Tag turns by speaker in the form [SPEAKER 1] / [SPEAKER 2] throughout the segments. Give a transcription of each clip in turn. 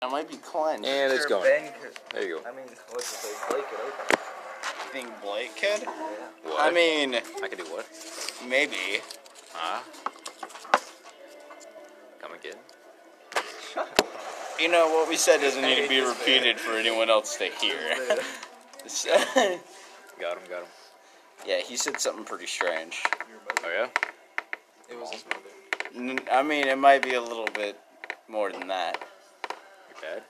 [SPEAKER 1] I might be clenched.
[SPEAKER 2] And it's
[SPEAKER 3] Sure,
[SPEAKER 2] going.
[SPEAKER 3] Ben could-
[SPEAKER 2] There you
[SPEAKER 3] I
[SPEAKER 2] go.
[SPEAKER 3] mean, what's his face? Blake could open. it.
[SPEAKER 1] think Blake could?
[SPEAKER 2] What?
[SPEAKER 1] I mean,
[SPEAKER 2] I can do what?
[SPEAKER 1] maybe.
[SPEAKER 2] Huh? Come again?
[SPEAKER 1] You know, what we said doesn't need to be repeated for anyone else to hear. So-
[SPEAKER 2] Got him, got him.
[SPEAKER 1] yeah, he said something pretty strange.
[SPEAKER 2] Oh yeah?
[SPEAKER 3] It was his mother.
[SPEAKER 1] N- I mean, it might be a little bit more than that.
[SPEAKER 2] Your dad?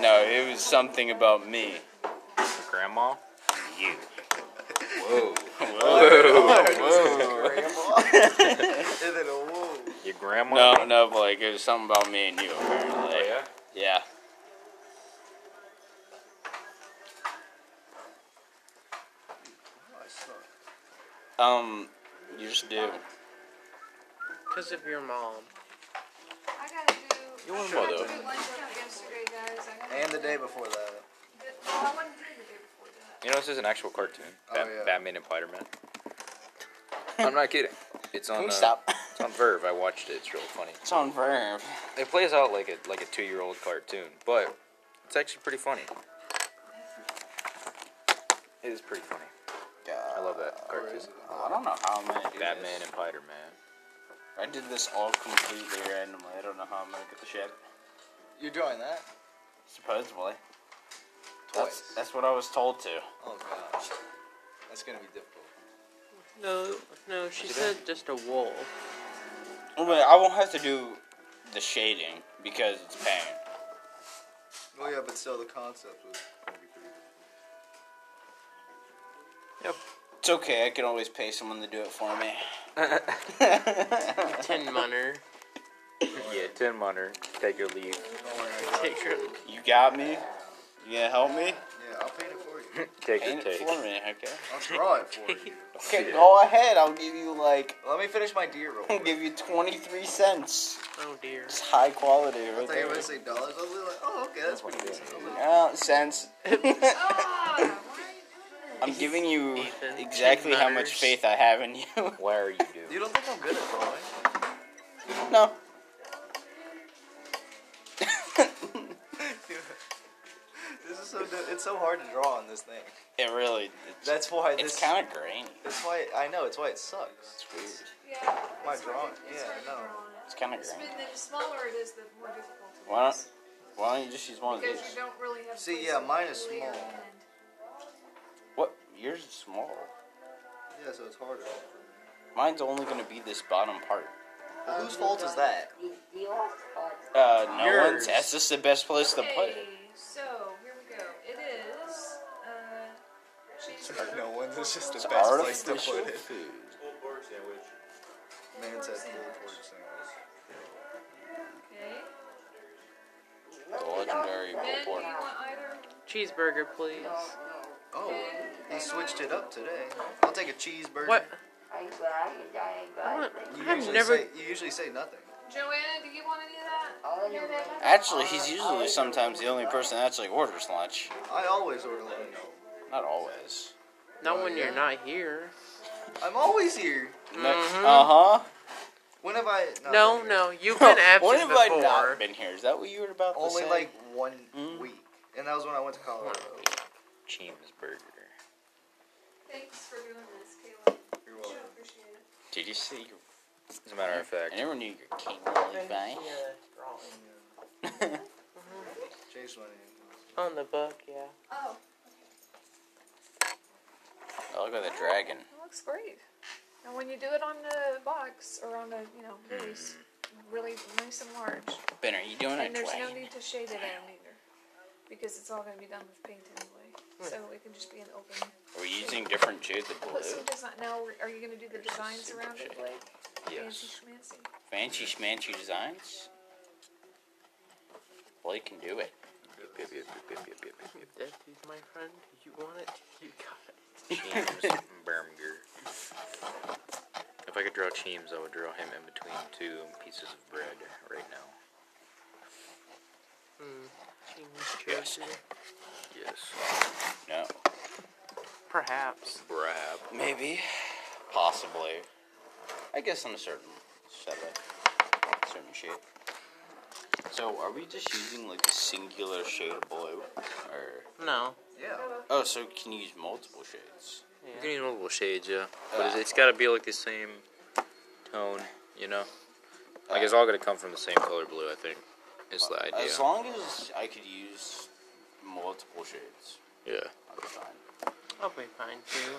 [SPEAKER 1] No, it was something about me.
[SPEAKER 2] Your grandma? You. Whoa.
[SPEAKER 3] And then, whoa.
[SPEAKER 2] Your grandma?
[SPEAKER 1] No, no, Blake, it was something about me and you, apparently.
[SPEAKER 2] Oh yeah?
[SPEAKER 1] Yeah.
[SPEAKER 3] I suck.
[SPEAKER 1] Um, you just do.
[SPEAKER 4] Because of your mom.
[SPEAKER 5] I gotta do.
[SPEAKER 2] Your
[SPEAKER 5] I
[SPEAKER 2] mother.
[SPEAKER 5] had to do lunch count yesterday, guys. I gotta-
[SPEAKER 3] And the day before that.
[SPEAKER 5] Th- Well, I wasn't here the day before that.
[SPEAKER 2] You know this is an actual cartoon. Bat-
[SPEAKER 3] Oh, yeah.
[SPEAKER 2] Batman and Spider-Man. I'm not kidding. It's on.
[SPEAKER 1] Can we
[SPEAKER 2] uh,
[SPEAKER 1] stop?
[SPEAKER 2] It's on Verve. I watched it. It's really funny.
[SPEAKER 1] It's on Verve.
[SPEAKER 2] It plays out like a like a two year old cartoon, but it's actually pretty funny. It is pretty funny. I love that cartoon.
[SPEAKER 1] Oh, I don't know how I'm gonna do
[SPEAKER 2] Batman
[SPEAKER 1] this.
[SPEAKER 2] and Spider-Man.
[SPEAKER 1] I did this all completely randomly. I don't know how I'm gonna get the shit.
[SPEAKER 3] You're doing that?
[SPEAKER 1] Supposedly.
[SPEAKER 3] Twice.
[SPEAKER 1] That's, that's what I was told to.
[SPEAKER 3] oh, gosh. That's going to be difficult.
[SPEAKER 4] No, no, she said just a wool.
[SPEAKER 1] Oh, wait, I won't have to do the shading because it's paint.
[SPEAKER 3] Well, yeah, but still, the concept was going to be pretty difficult.
[SPEAKER 1] It's okay. I can always pay someone to do it for me.
[SPEAKER 4] Ten munner.
[SPEAKER 2] Yeah, Tim Munner, take your leave.
[SPEAKER 3] Don't worry. I got it.
[SPEAKER 4] Take your.
[SPEAKER 1] You got me. You gonna help me?
[SPEAKER 3] Yeah, I'll paint it for you.
[SPEAKER 2] Take your
[SPEAKER 1] Paint it
[SPEAKER 2] take.
[SPEAKER 1] for me, okay?
[SPEAKER 3] I'll draw it for you.
[SPEAKER 1] Okay, go ahead. I'll give you like
[SPEAKER 3] Let me finish my deer roll.
[SPEAKER 1] I'll
[SPEAKER 3] I
[SPEAKER 1] give you twenty three cents.
[SPEAKER 4] Oh dear.
[SPEAKER 1] It's high qualty right
[SPEAKER 3] thought you were
[SPEAKER 1] there.
[SPEAKER 3] going to say dollars. I was like, oh, okay, that's pretty decent. I'm like,
[SPEAKER 1] Uh, cents.
[SPEAKER 5] Ah, why are you doing
[SPEAKER 1] I'm giving you
[SPEAKER 4] Ethan.
[SPEAKER 1] exactly how much
[SPEAKER 4] Cheeseburgers.
[SPEAKER 1] faith I have in you.
[SPEAKER 2] Why are you doing?
[SPEAKER 3] You don't think I'm good at drawing?
[SPEAKER 1] no.
[SPEAKER 3] This is so. di- It's so hard to draw on this thing.
[SPEAKER 1] It really. It's,
[SPEAKER 3] That's why this.
[SPEAKER 1] it's kind of grainy.
[SPEAKER 3] That's why I know. It's why it sucks.
[SPEAKER 1] It's weird.
[SPEAKER 5] it? Yeah.
[SPEAKER 3] My
[SPEAKER 5] it's hard to-
[SPEAKER 3] drawing.
[SPEAKER 5] it's
[SPEAKER 3] Yeah,
[SPEAKER 5] hard to
[SPEAKER 3] no.
[SPEAKER 5] draw on it.
[SPEAKER 1] It's kind of
[SPEAKER 5] It's
[SPEAKER 1] grainy.
[SPEAKER 5] been- The smaller it is, the more difficult it is.
[SPEAKER 1] Why don't Why don't you just use one of these?
[SPEAKER 5] Because you don't really have.
[SPEAKER 3] See,
[SPEAKER 5] place
[SPEAKER 3] yeah,
[SPEAKER 5] to
[SPEAKER 3] mine is
[SPEAKER 5] lay your
[SPEAKER 3] small.
[SPEAKER 5] hand.
[SPEAKER 1] What? Yours is small.
[SPEAKER 3] Yeah, so it's harder.
[SPEAKER 1] Mine's only gonna be this bottom part.
[SPEAKER 3] Well, whose fault is that?
[SPEAKER 1] Uh, no
[SPEAKER 3] Yours.
[SPEAKER 1] one's. That's just the best place to put it.
[SPEAKER 5] Okay, so here we go. It is, uh, cheeseburger.
[SPEAKER 3] No one's. It's just the
[SPEAKER 1] It's
[SPEAKER 3] best place to
[SPEAKER 1] artificial
[SPEAKER 3] put it.
[SPEAKER 1] food.
[SPEAKER 3] Man said
[SPEAKER 5] Sandwich.
[SPEAKER 3] pulled pork sandwich.
[SPEAKER 5] Okay.
[SPEAKER 1] The legendary pulled
[SPEAKER 5] Then do you
[SPEAKER 1] pork.
[SPEAKER 5] want either?
[SPEAKER 4] Cheeseburger, please.
[SPEAKER 3] Oh,
[SPEAKER 5] Okay.
[SPEAKER 3] he switched it up today. I'll take a cheeseburger.
[SPEAKER 4] What? What?
[SPEAKER 3] You
[SPEAKER 4] I've
[SPEAKER 3] usually
[SPEAKER 4] never.
[SPEAKER 3] Say, you usually say nothing.
[SPEAKER 5] Joanna, do you want any of that? Here, baby?
[SPEAKER 1] Actually, he's usually sometimes the only person that actually orders lunch.
[SPEAKER 3] I always order lunch.
[SPEAKER 1] Not always.
[SPEAKER 4] Not when you're not here.
[SPEAKER 3] I'm always here.
[SPEAKER 1] Uh huh.
[SPEAKER 3] When have I? not
[SPEAKER 4] No,
[SPEAKER 3] been here?
[SPEAKER 4] no, you've been
[SPEAKER 1] When
[SPEAKER 4] absent
[SPEAKER 1] have I not
[SPEAKER 4] before.
[SPEAKER 1] been here? Is that what you were about to
[SPEAKER 3] Only
[SPEAKER 1] say?
[SPEAKER 3] like one week, and that was when I went to Colorado.
[SPEAKER 2] Cheeseburger.
[SPEAKER 5] Thanks for doing this, Kayla.
[SPEAKER 3] You're welcome.
[SPEAKER 5] I appreciate it.
[SPEAKER 1] Did you see? Your,
[SPEAKER 2] As a matter of
[SPEAKER 1] I
[SPEAKER 2] fact,
[SPEAKER 1] never knew your king really by.
[SPEAKER 3] Changed my name.
[SPEAKER 4] On the book, yeah.
[SPEAKER 5] Oh,
[SPEAKER 1] Oh, look at the dragon.
[SPEAKER 5] that looks great. And when you do it on the box or on the, you know,
[SPEAKER 1] Hmm.
[SPEAKER 5] release, really nice and large.
[SPEAKER 1] Ben, are you doing
[SPEAKER 5] And
[SPEAKER 1] it,
[SPEAKER 5] there's no
[SPEAKER 1] Dwayne?
[SPEAKER 5] need to shade it out either, because it's all gonna be done with paint anyway.
[SPEAKER 1] Hmm.
[SPEAKER 5] So it can just be an open.
[SPEAKER 1] Are we using different shades of blue?
[SPEAKER 5] Put some design. Now, are you gonna do the designs around it, Blake? Fancy
[SPEAKER 2] yes.
[SPEAKER 5] schmancy.
[SPEAKER 1] Fancy schmancy designs? Blake can do it.
[SPEAKER 2] Yep, yep, yep, yep, yep, yep, yep, yep.
[SPEAKER 4] If he's my friend, you want it, you got it.
[SPEAKER 2] Cheeseburger. If I could draw Cheems, I would draw him in between two pieces of bread right now.
[SPEAKER 4] Hmm. Cheese, cheese.
[SPEAKER 2] Yes.
[SPEAKER 1] No.
[SPEAKER 4] Perhaps.
[SPEAKER 2] Brab.
[SPEAKER 1] Maybe. Possibly. I guess on a certain setup. Certain shape. So are we just using like a singular shade of blue? Or
[SPEAKER 4] No.
[SPEAKER 3] Yeah.
[SPEAKER 1] oh, so can you use multiple shades?
[SPEAKER 2] You
[SPEAKER 4] Yeah.
[SPEAKER 2] can use multiple shades, yeah. But it's,
[SPEAKER 1] Uh.
[SPEAKER 2] it's gotta be like the same tone, you know? Like it's all gonna come from the same color blue, I think. Is the idea.
[SPEAKER 1] As long as I could use multiple shades,
[SPEAKER 2] yeah.
[SPEAKER 1] I'd be fine.
[SPEAKER 4] I'll be fine too.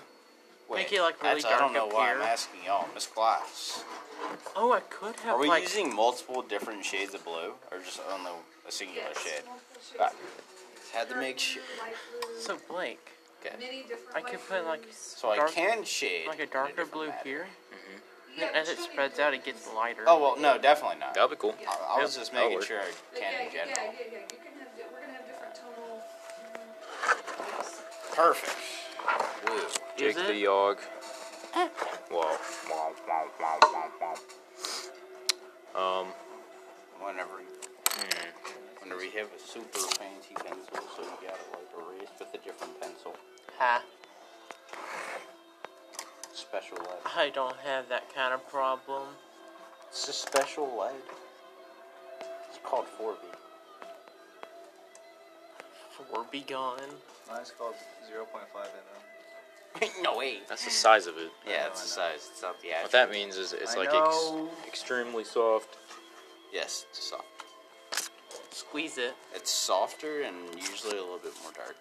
[SPEAKER 1] Wait,
[SPEAKER 4] Make it, like, really
[SPEAKER 1] that's- I don't
[SPEAKER 4] dark
[SPEAKER 1] know
[SPEAKER 4] up
[SPEAKER 1] why I'm
[SPEAKER 4] here.
[SPEAKER 1] asking y'all. Miss Glass,
[SPEAKER 4] Oh, I could have
[SPEAKER 1] are we
[SPEAKER 4] like
[SPEAKER 1] using multiple different shades of blue, or just only a singular shade? Ah, had to make sure.
[SPEAKER 4] so Blake.
[SPEAKER 1] Okay.
[SPEAKER 4] I could put like
[SPEAKER 1] So I
[SPEAKER 4] dark-
[SPEAKER 1] can shade
[SPEAKER 4] like a
[SPEAKER 1] in
[SPEAKER 4] darker
[SPEAKER 1] different
[SPEAKER 4] blue
[SPEAKER 1] matter.
[SPEAKER 4] here. And as it spreads out, it gets lighter.
[SPEAKER 1] Oh well, no, definitely not.
[SPEAKER 2] That'll be cool.
[SPEAKER 1] I, I was
[SPEAKER 2] Yep,
[SPEAKER 1] just
[SPEAKER 2] that'll
[SPEAKER 1] making
[SPEAKER 2] work.
[SPEAKER 1] sure I can in general.
[SPEAKER 5] yeah, yeah. You can have, we're gonna have different tonal.
[SPEAKER 6] mm,
[SPEAKER 1] Perfect. Blue.
[SPEAKER 4] Is
[SPEAKER 2] Jake
[SPEAKER 4] it?
[SPEAKER 2] the Yog.
[SPEAKER 1] Eh.
[SPEAKER 2] wow. Wow, wow, wow, wow, wow. Um,
[SPEAKER 1] Whenever, Hmm. whenever you have a super fancy pencil, so you got it like erased with a different pencil,
[SPEAKER 4] Ha.
[SPEAKER 1] special lead.
[SPEAKER 4] I don't have that kind of problem.
[SPEAKER 1] It's a special lead. It's called 4B.
[SPEAKER 4] Four be gone.
[SPEAKER 3] Mine's called 0.5 NM.
[SPEAKER 1] no way.
[SPEAKER 2] that's the size of it.
[SPEAKER 1] Eh. Yeah, it's the size. It's not the
[SPEAKER 2] What
[SPEAKER 1] actual.
[SPEAKER 2] that means is it's
[SPEAKER 3] I
[SPEAKER 2] like
[SPEAKER 3] know.
[SPEAKER 2] ex- extremely soft.
[SPEAKER 1] Yes, it's soft.
[SPEAKER 4] Squeeze it.
[SPEAKER 1] It's softer and usually a little bit more dark.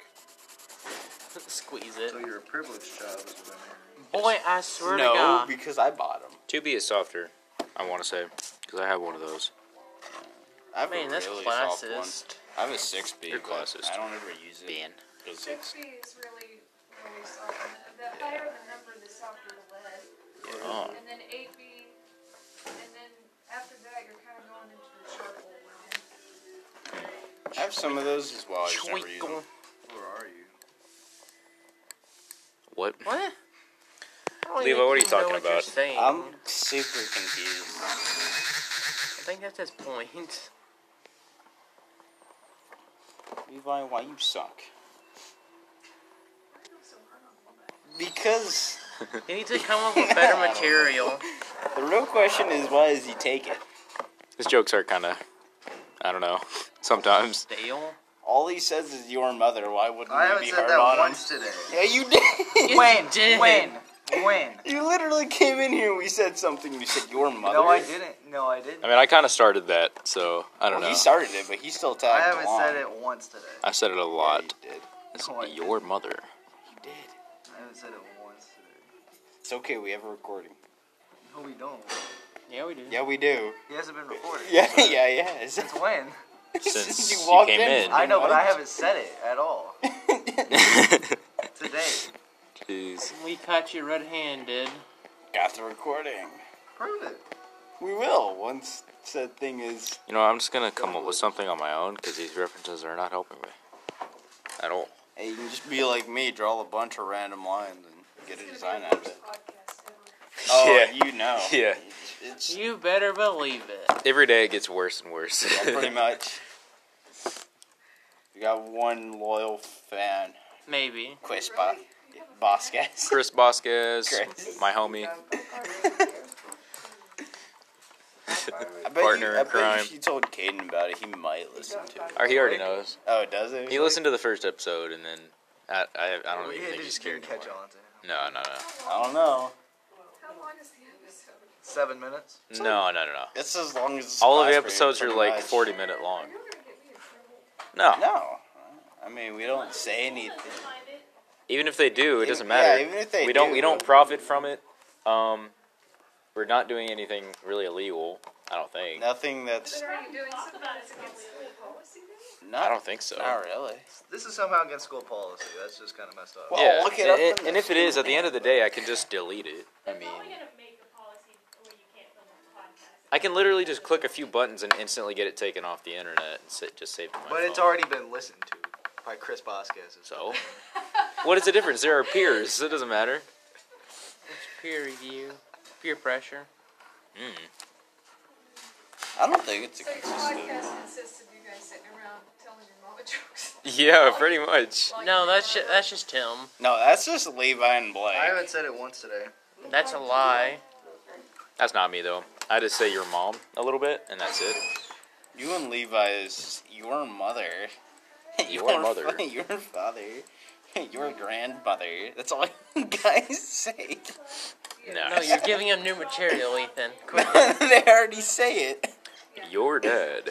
[SPEAKER 4] Squeeze it.
[SPEAKER 3] So you're a privileged child, is what I'm hearing.
[SPEAKER 4] Boy, I swear
[SPEAKER 1] no,
[SPEAKER 4] to God.
[SPEAKER 1] because I bought them.
[SPEAKER 2] 2B is softer, I want to say, because I have one of those.
[SPEAKER 1] I have
[SPEAKER 4] Man,
[SPEAKER 1] a
[SPEAKER 4] that's
[SPEAKER 1] really
[SPEAKER 4] classist.
[SPEAKER 1] soft one. I have a 6B.
[SPEAKER 2] You're
[SPEAKER 1] but
[SPEAKER 2] classist.
[SPEAKER 1] I don't ever use it.
[SPEAKER 2] Ben.
[SPEAKER 1] 'cause
[SPEAKER 6] Six
[SPEAKER 1] it's-
[SPEAKER 6] B is really, really soft. And The the higher the number, the softer the lead.
[SPEAKER 2] Oh.
[SPEAKER 6] And then eight B, and then after that, you're kind of going into the charcoal realm.
[SPEAKER 1] I have some of those as well. I just never use
[SPEAKER 4] Twinkle.
[SPEAKER 1] them.
[SPEAKER 3] Where are you?
[SPEAKER 2] What?
[SPEAKER 4] What? I don't
[SPEAKER 2] Levi,
[SPEAKER 4] even
[SPEAKER 2] what are you
[SPEAKER 4] know
[SPEAKER 2] talking
[SPEAKER 4] what you're
[SPEAKER 2] about?
[SPEAKER 4] saying.
[SPEAKER 1] I'm super confused.
[SPEAKER 4] I think that's his point.
[SPEAKER 1] Levi, why you suck?
[SPEAKER 6] I feel so horrible.
[SPEAKER 1] Because
[SPEAKER 4] You need to come up with better material.
[SPEAKER 1] the real question is why does he take it?
[SPEAKER 2] His jokes are kind of, I don't know, sometimes.
[SPEAKER 4] Dale.
[SPEAKER 1] All he says is your mother. Why wouldn't
[SPEAKER 3] I
[SPEAKER 1] you
[SPEAKER 3] haven't
[SPEAKER 1] be
[SPEAKER 3] said
[SPEAKER 1] hard
[SPEAKER 3] that
[SPEAKER 1] on him?
[SPEAKER 3] once today.
[SPEAKER 1] Yeah, you did.
[SPEAKER 4] When? When?
[SPEAKER 3] When?
[SPEAKER 1] You literally came in here and we said something. You said your
[SPEAKER 2] Oh,
[SPEAKER 1] mother.
[SPEAKER 3] No, I didn't. No, I didn't.
[SPEAKER 2] I mean, I kind of started that, so I don't
[SPEAKER 1] Well,
[SPEAKER 2] know.
[SPEAKER 1] he started it, but he still tagged
[SPEAKER 3] I haven't
[SPEAKER 1] along.
[SPEAKER 3] said it once today.
[SPEAKER 2] I said it a
[SPEAKER 1] Yeah,
[SPEAKER 2] lot.
[SPEAKER 1] you did.
[SPEAKER 2] It's
[SPEAKER 3] No, I
[SPEAKER 2] your mother.
[SPEAKER 1] You did.
[SPEAKER 3] I haven't said it once today.
[SPEAKER 1] It's okay. We have a recording.
[SPEAKER 3] No, we don't.
[SPEAKER 4] Yeah, we do.
[SPEAKER 1] Yeah, we do.
[SPEAKER 3] He hasn't been recording.
[SPEAKER 1] Yeah, yeah, yeah.
[SPEAKER 3] Since when?
[SPEAKER 2] Since you
[SPEAKER 1] walked
[SPEAKER 2] came in.
[SPEAKER 3] I know, but I
[SPEAKER 1] What?
[SPEAKER 3] haven't said it at all today.
[SPEAKER 2] Jeez.
[SPEAKER 4] We caught you red-handed.
[SPEAKER 1] Got the recording.
[SPEAKER 3] Prove it.
[SPEAKER 1] We will once said thing is.
[SPEAKER 2] You know, I'm just gonna come up with something on my own because these references are not helping me at all.
[SPEAKER 1] Hey, you can just be like me, draw a bunch of random lines and get a
[SPEAKER 6] It's
[SPEAKER 1] design
[SPEAKER 6] gonna be
[SPEAKER 1] out
[SPEAKER 6] the
[SPEAKER 1] of it.
[SPEAKER 6] worst podcast ever.
[SPEAKER 1] Oh,
[SPEAKER 2] Yeah.
[SPEAKER 1] you know.
[SPEAKER 2] Yeah.
[SPEAKER 1] It's
[SPEAKER 4] You better believe it.
[SPEAKER 2] Every day it gets worse and worse.
[SPEAKER 1] yeah, pretty much. We got one loyal fan,
[SPEAKER 4] Maybe.
[SPEAKER 1] Chris Bo- Bosquez.
[SPEAKER 2] Chris Bosquez,
[SPEAKER 1] Chris.
[SPEAKER 2] my homie.
[SPEAKER 1] I bet
[SPEAKER 2] Partner
[SPEAKER 1] you, I
[SPEAKER 2] in
[SPEAKER 1] bet
[SPEAKER 2] crime.
[SPEAKER 1] If you told Caden about it, he might listen to it.
[SPEAKER 2] Or he already knows.
[SPEAKER 1] Oh, does it?
[SPEAKER 2] He listened to the first episode and then I I, I don't
[SPEAKER 3] We
[SPEAKER 2] even think he's
[SPEAKER 3] just
[SPEAKER 2] scared
[SPEAKER 3] didn't catch
[SPEAKER 2] anymore.
[SPEAKER 3] on to him.
[SPEAKER 2] No, no,
[SPEAKER 1] I don't know.
[SPEAKER 6] How long is the episode?
[SPEAKER 3] Seven minutes.
[SPEAKER 2] no, no, no, no, no.
[SPEAKER 1] It's as long as it's
[SPEAKER 2] All of
[SPEAKER 1] class
[SPEAKER 2] the
[SPEAKER 1] period,
[SPEAKER 2] episodes are
[SPEAKER 1] pretty
[SPEAKER 2] like
[SPEAKER 1] much.
[SPEAKER 2] 40 minute long.
[SPEAKER 6] You're gonna get me in trouble.
[SPEAKER 2] No,
[SPEAKER 1] No, I mean we don't say anything.
[SPEAKER 2] even if they do, it doesn't
[SPEAKER 1] Yeah,
[SPEAKER 2] matter.
[SPEAKER 1] even if they
[SPEAKER 2] we don't
[SPEAKER 1] do.
[SPEAKER 2] we don't profit from it. Um, we're not doing anything really illegal. I don't think.
[SPEAKER 1] Nothing that's.
[SPEAKER 6] Then are you doing something that's against school policy now?
[SPEAKER 1] Not,
[SPEAKER 2] I don't think so.
[SPEAKER 1] Not really.
[SPEAKER 3] This is somehow against school policy. That's just kind of messed up.
[SPEAKER 1] Well-
[SPEAKER 2] yeah,
[SPEAKER 1] look it
[SPEAKER 2] and-
[SPEAKER 1] up
[SPEAKER 2] and-
[SPEAKER 1] in
[SPEAKER 2] and
[SPEAKER 1] the
[SPEAKER 2] if it is, at the end of the day, I can just delete it. I
[SPEAKER 7] That's
[SPEAKER 2] mean,
[SPEAKER 7] only gonna make the policy where you can't film a podcast.
[SPEAKER 2] I can literally just click a few buttons and instantly get it taken off the internet and sit, just save it. on my
[SPEAKER 3] but it's
[SPEAKER 2] phone.
[SPEAKER 3] already been listened to by Chris Bosquez.
[SPEAKER 2] So, what is the difference? There are peers. so It doesn't matter.
[SPEAKER 4] Peer review. Peer pressure.
[SPEAKER 2] Hmm.
[SPEAKER 1] I don't think it's a
[SPEAKER 6] So your
[SPEAKER 1] consistent.
[SPEAKER 6] podcast consists of you guys sitting around telling your mama jokes.
[SPEAKER 2] Yeah, pretty much.
[SPEAKER 6] while
[SPEAKER 4] No,
[SPEAKER 6] you're
[SPEAKER 4] that's
[SPEAKER 6] driving.
[SPEAKER 4] just, that's just him.
[SPEAKER 1] No, that's just Levi and Blake.
[SPEAKER 3] I haven't said it once today.
[SPEAKER 4] That's a lie.
[SPEAKER 2] That's not me though. I just say your mom a little bit, and that's it.
[SPEAKER 1] You and Levi is your mother.
[SPEAKER 2] Your mother.
[SPEAKER 1] fa- Your father. Your grandmother. That's all you guys say.
[SPEAKER 4] No, you're giving him new material, Ethan. Quick.
[SPEAKER 1] they already say it.
[SPEAKER 2] You're dead.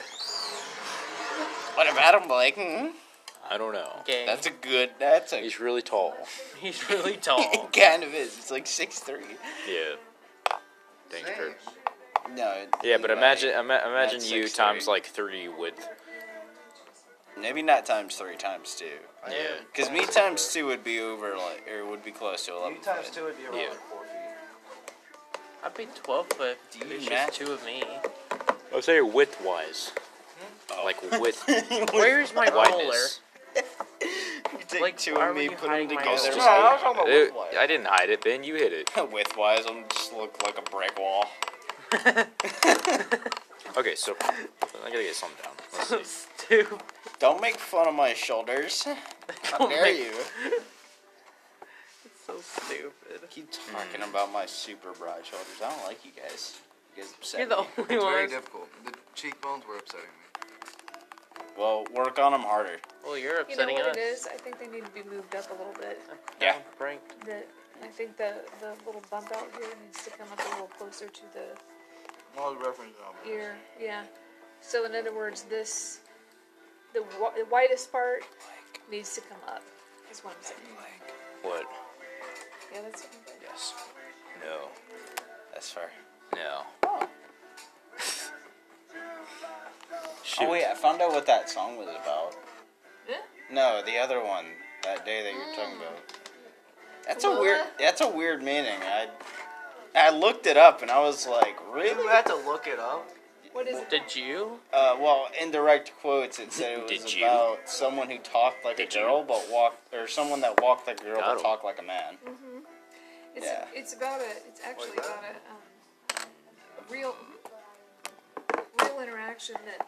[SPEAKER 1] What about him, Blake? Hmm?
[SPEAKER 2] I don't know.
[SPEAKER 4] Gang.
[SPEAKER 1] That's a good. That's a.
[SPEAKER 2] He's really tall.
[SPEAKER 4] He's really tall.
[SPEAKER 1] It kind of is. It's like six three.
[SPEAKER 2] Yeah. Thanks, Kurt.
[SPEAKER 1] No.
[SPEAKER 2] Yeah, but
[SPEAKER 1] Levi.
[SPEAKER 2] imagine um, ima- imagine
[SPEAKER 1] That's
[SPEAKER 2] you
[SPEAKER 1] 6'3".
[SPEAKER 2] times like three width.
[SPEAKER 1] Maybe not times three, times two.
[SPEAKER 3] I
[SPEAKER 2] Yeah.
[SPEAKER 3] am-
[SPEAKER 1] Because me times two would be over like, or would be close to eleven.
[SPEAKER 3] You times
[SPEAKER 1] foot.
[SPEAKER 3] two would be around
[SPEAKER 2] Yeah.
[SPEAKER 3] like four feet.
[SPEAKER 4] I'd be 12 foot.
[SPEAKER 1] Do you
[SPEAKER 4] There's
[SPEAKER 1] math?
[SPEAKER 4] just two of me.
[SPEAKER 2] I would say width wise. Like width
[SPEAKER 4] Where's my roller?
[SPEAKER 2] wideness.
[SPEAKER 1] You take
[SPEAKER 4] Like,
[SPEAKER 1] two
[SPEAKER 4] why
[SPEAKER 1] of
[SPEAKER 4] are
[SPEAKER 1] me,
[SPEAKER 4] you
[SPEAKER 1] put them
[SPEAKER 4] hiding my
[SPEAKER 1] together.
[SPEAKER 2] Just-
[SPEAKER 3] No, I was talking about
[SPEAKER 2] It-
[SPEAKER 3] width-wise.
[SPEAKER 2] I didn't hide it, Ben. You hit it.
[SPEAKER 1] Width wise, I'm just look like a brick wall.
[SPEAKER 2] Okay, so I gotta get something down. Let's
[SPEAKER 4] So
[SPEAKER 2] see.
[SPEAKER 4] stupid.
[SPEAKER 1] Don't make fun of my shoulders. How
[SPEAKER 4] Don't
[SPEAKER 1] dare
[SPEAKER 4] make-
[SPEAKER 1] you?
[SPEAKER 4] So stupid.
[SPEAKER 1] Keep talking about my super broad shoulders. I don't like you guys. You guys upset
[SPEAKER 4] You're the
[SPEAKER 1] me.
[SPEAKER 4] only
[SPEAKER 3] It's very
[SPEAKER 4] one.
[SPEAKER 3] difficult. The cheekbones were upsetting me.
[SPEAKER 1] Well, work on them harder.
[SPEAKER 4] Well, you're
[SPEAKER 5] You know
[SPEAKER 4] upsetting
[SPEAKER 5] what
[SPEAKER 4] us. Oh,
[SPEAKER 5] it is? I think they need to be moved up a little bit.
[SPEAKER 1] Yeah.
[SPEAKER 4] Right.
[SPEAKER 5] The, I think the, the little bump out here needs to come up a little closer to the
[SPEAKER 3] All the references on me.
[SPEAKER 5] ear. Yeah. So in other words, this the, wi- the widest part needs to come up. Is what I'm saying.
[SPEAKER 2] What?
[SPEAKER 5] Yeah, that's what I'm saying.
[SPEAKER 2] Yes. No.
[SPEAKER 1] That's fair.
[SPEAKER 2] No.
[SPEAKER 1] Oh.
[SPEAKER 2] Shoot.
[SPEAKER 1] oh wait, I found out what that song was about.
[SPEAKER 5] Yeah.
[SPEAKER 1] No, the other one that day that you're talking about. That's a weird. That's a weird meaning. I I looked it up and I was like,
[SPEAKER 3] You
[SPEAKER 1] really?
[SPEAKER 3] had to look it up.
[SPEAKER 5] What is it?
[SPEAKER 4] Did you?
[SPEAKER 1] Uh, well, in direct quotes, it said it was
[SPEAKER 2] Did you?
[SPEAKER 1] about someone who talked like
[SPEAKER 2] Did
[SPEAKER 1] a
[SPEAKER 2] you?
[SPEAKER 1] girl but walked, or someone that walked like a girl
[SPEAKER 2] Got
[SPEAKER 1] but
[SPEAKER 2] 'em.
[SPEAKER 1] talked like a man.
[SPEAKER 5] It's,
[SPEAKER 1] Yeah.
[SPEAKER 5] it's about a. It's actually
[SPEAKER 3] that?
[SPEAKER 5] about a um, real, real interaction that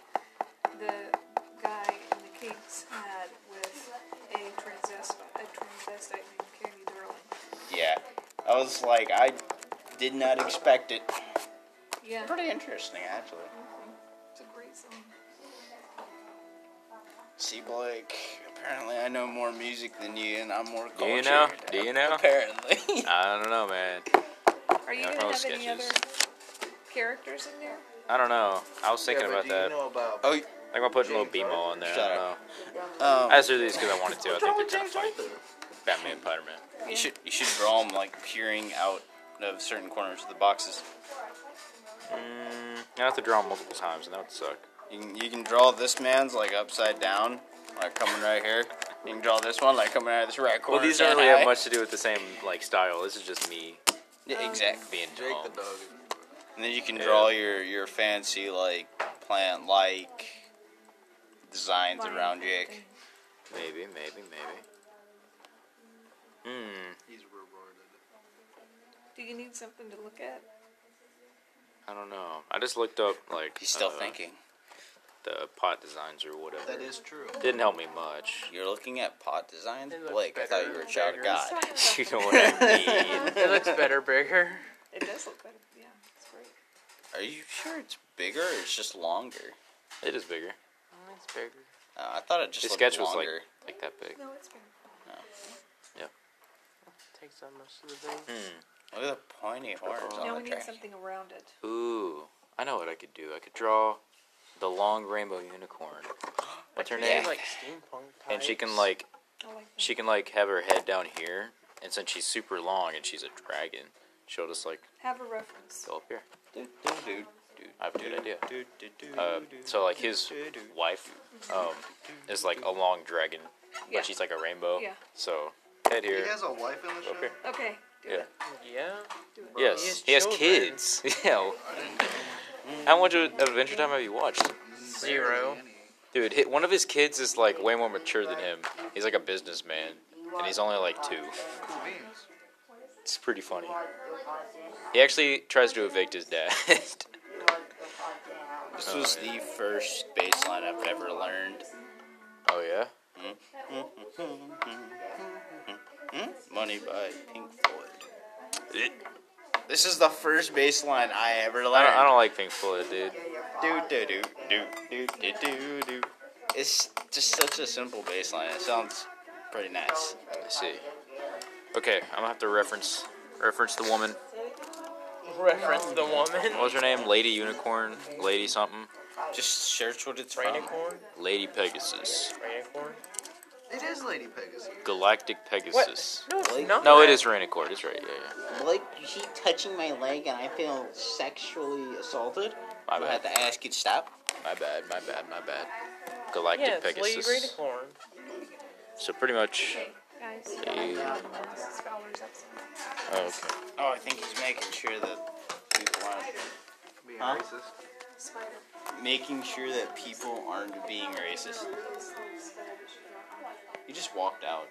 [SPEAKER 5] the guy in the Kinks had with a transvestite, a transvestite named Candy Darling.
[SPEAKER 1] Yeah, I was like, I did not expect it.
[SPEAKER 5] Yeah,
[SPEAKER 1] Pretty interesting, actually.
[SPEAKER 5] it's a great song.
[SPEAKER 1] See, Blake. Apparently, I know more music than you, and I'm more
[SPEAKER 2] Do
[SPEAKER 1] cultured.
[SPEAKER 2] you know? Do you know?
[SPEAKER 1] Apparently.
[SPEAKER 2] I don't know, man.
[SPEAKER 5] Are you
[SPEAKER 2] Yeah,
[SPEAKER 5] gonna have
[SPEAKER 2] those
[SPEAKER 5] any other
[SPEAKER 2] sketches.
[SPEAKER 5] characters in there?
[SPEAKER 2] I don't know. I was thinking
[SPEAKER 3] yeah, but
[SPEAKER 2] about
[SPEAKER 3] do
[SPEAKER 2] that.
[SPEAKER 3] You know about
[SPEAKER 1] oh,
[SPEAKER 2] Like about putting a little BMO on there.
[SPEAKER 1] Shut
[SPEAKER 2] I don't know.
[SPEAKER 1] um,
[SPEAKER 2] I just did these because I wanted to. I think they're kind of funny.
[SPEAKER 3] Arthur?
[SPEAKER 2] Batman and Spider Man.
[SPEAKER 1] you should you should draw them like peering out of certain corners of the boxes.
[SPEAKER 2] Mm, I have to draw 'em multiple times, and that would suck.
[SPEAKER 1] You can, you can draw this man's like upside down, like coming right here. You can draw this one like coming out of this right corner.
[SPEAKER 2] Well, these don't
[SPEAKER 1] saying
[SPEAKER 2] really have
[SPEAKER 1] hi.
[SPEAKER 2] much to do with the same like style. This is just me
[SPEAKER 1] Yeah, exactly.
[SPEAKER 2] being
[SPEAKER 3] Jake
[SPEAKER 2] dumb.
[SPEAKER 3] the dog.
[SPEAKER 1] And then you can
[SPEAKER 2] Yeah.
[SPEAKER 1] draw your your fancy like plant like designs
[SPEAKER 5] Lion
[SPEAKER 1] around
[SPEAKER 5] kind of
[SPEAKER 1] Jake.
[SPEAKER 5] thing.
[SPEAKER 2] Maybe, maybe, maybe. Hmm.
[SPEAKER 3] He's rewarded.
[SPEAKER 5] Do you need something to look at?
[SPEAKER 2] I don't know. I just looked up like
[SPEAKER 1] He's still
[SPEAKER 2] uh,
[SPEAKER 1] thinking.
[SPEAKER 2] the pot designs or whatever.
[SPEAKER 3] That is true.
[SPEAKER 2] Didn't help me much.
[SPEAKER 1] You're looking at pot designs,
[SPEAKER 4] It looks
[SPEAKER 1] Blake. I thought you were a child of
[SPEAKER 4] better.
[SPEAKER 1] God.
[SPEAKER 2] Uh, You know what I mean?
[SPEAKER 4] It looks better bigger.
[SPEAKER 5] It does look better. Yeah, it's
[SPEAKER 1] Are
[SPEAKER 5] great.
[SPEAKER 1] you sure it's bigger or it's just longer?
[SPEAKER 2] It is bigger.
[SPEAKER 4] It's bigger.
[SPEAKER 1] Uh, I thought it just
[SPEAKER 2] His
[SPEAKER 1] looked
[SPEAKER 2] sketch was like
[SPEAKER 1] longer.
[SPEAKER 2] like that big.
[SPEAKER 5] No, it's better.
[SPEAKER 4] Takes up most of the thing.
[SPEAKER 2] Hmm.
[SPEAKER 1] Look at the pointy horns
[SPEAKER 5] Now
[SPEAKER 1] on
[SPEAKER 5] we
[SPEAKER 1] the
[SPEAKER 5] need
[SPEAKER 1] track.
[SPEAKER 5] something around it.
[SPEAKER 2] Ooh, I know what I could do. I could draw the long rainbow unicorn,
[SPEAKER 4] What's her
[SPEAKER 1] name?
[SPEAKER 4] Like steampunk.
[SPEAKER 2] and she can
[SPEAKER 4] types.
[SPEAKER 2] like
[SPEAKER 5] I like that.
[SPEAKER 2] she can like have her head down here, and since she's super long and she's a dragon, she'll just like
[SPEAKER 5] Have a reference.
[SPEAKER 2] go up here.
[SPEAKER 1] Dude, dude, dude, dude,
[SPEAKER 2] I have a good idea.
[SPEAKER 1] dude, dude, dude,
[SPEAKER 2] Uh,
[SPEAKER 1] dude,
[SPEAKER 2] so like his
[SPEAKER 1] dude, dude.
[SPEAKER 2] wife um, is like a long dragon,
[SPEAKER 5] Yeah.
[SPEAKER 2] but she's like a rainbow.
[SPEAKER 5] Yeah.
[SPEAKER 2] So head
[SPEAKER 3] He
[SPEAKER 2] here.
[SPEAKER 3] has a wife in the show.
[SPEAKER 2] Okay.
[SPEAKER 5] Okay. Do
[SPEAKER 2] Yeah.
[SPEAKER 5] it.
[SPEAKER 4] Yeah.
[SPEAKER 2] Yes,
[SPEAKER 4] He has
[SPEAKER 2] he has
[SPEAKER 4] children.
[SPEAKER 2] kids. Yeah. How much of Adventure Time have you watched?
[SPEAKER 4] Zero.
[SPEAKER 2] Dude, hi- one of his kids is like way more mature than him. He's like a businessman, and he's only like two.
[SPEAKER 3] Cool beans.
[SPEAKER 2] It's pretty funny. He actually tries to evict his dad.
[SPEAKER 1] This was the first bass line I've ever learned.
[SPEAKER 2] oh yeah.
[SPEAKER 1] Hmm? Money by Pink Floyd. This is the first bass line I ever learned.
[SPEAKER 2] I don't, I don't like Pink Floyd, dude.
[SPEAKER 1] do do do do do do do do. It's just such a simple bass line. It sounds pretty nice.
[SPEAKER 2] I see. Okay, I'm gonna have to reference reference the woman.
[SPEAKER 4] Reference the woman.
[SPEAKER 2] What was her name? Lady Unicorn, Lady something,
[SPEAKER 1] Just search what it's from.
[SPEAKER 4] Rainicorn?
[SPEAKER 2] Lady Pegasus,
[SPEAKER 4] Rainicorn?
[SPEAKER 3] It is Lady Pegasus.
[SPEAKER 2] Galactic Pegasus.
[SPEAKER 4] No, it's
[SPEAKER 8] Blake?
[SPEAKER 4] not.
[SPEAKER 2] No, it is Rainicorn. It's right. Yeah, yeah.
[SPEAKER 8] Blake, you keep touching my leg and I feel sexually assaulted.
[SPEAKER 2] My
[SPEAKER 8] I have
[SPEAKER 2] bad.
[SPEAKER 8] to ask you to stop.
[SPEAKER 2] My bad. My bad. My bad.
[SPEAKER 4] Yeah,
[SPEAKER 2] Galactic
[SPEAKER 4] it's Lady
[SPEAKER 2] Pegasus.
[SPEAKER 4] Rainicorn.
[SPEAKER 2] So pretty much.
[SPEAKER 5] Guys, uh,
[SPEAKER 2] Hey.
[SPEAKER 5] scholars up somewhere.
[SPEAKER 2] Oh, okay.
[SPEAKER 1] Oh, I think he's making sure that people aren't
[SPEAKER 3] Being
[SPEAKER 1] Huh?
[SPEAKER 3] racist.
[SPEAKER 5] Spider.
[SPEAKER 1] making sure that people aren't being racist. He just walked out.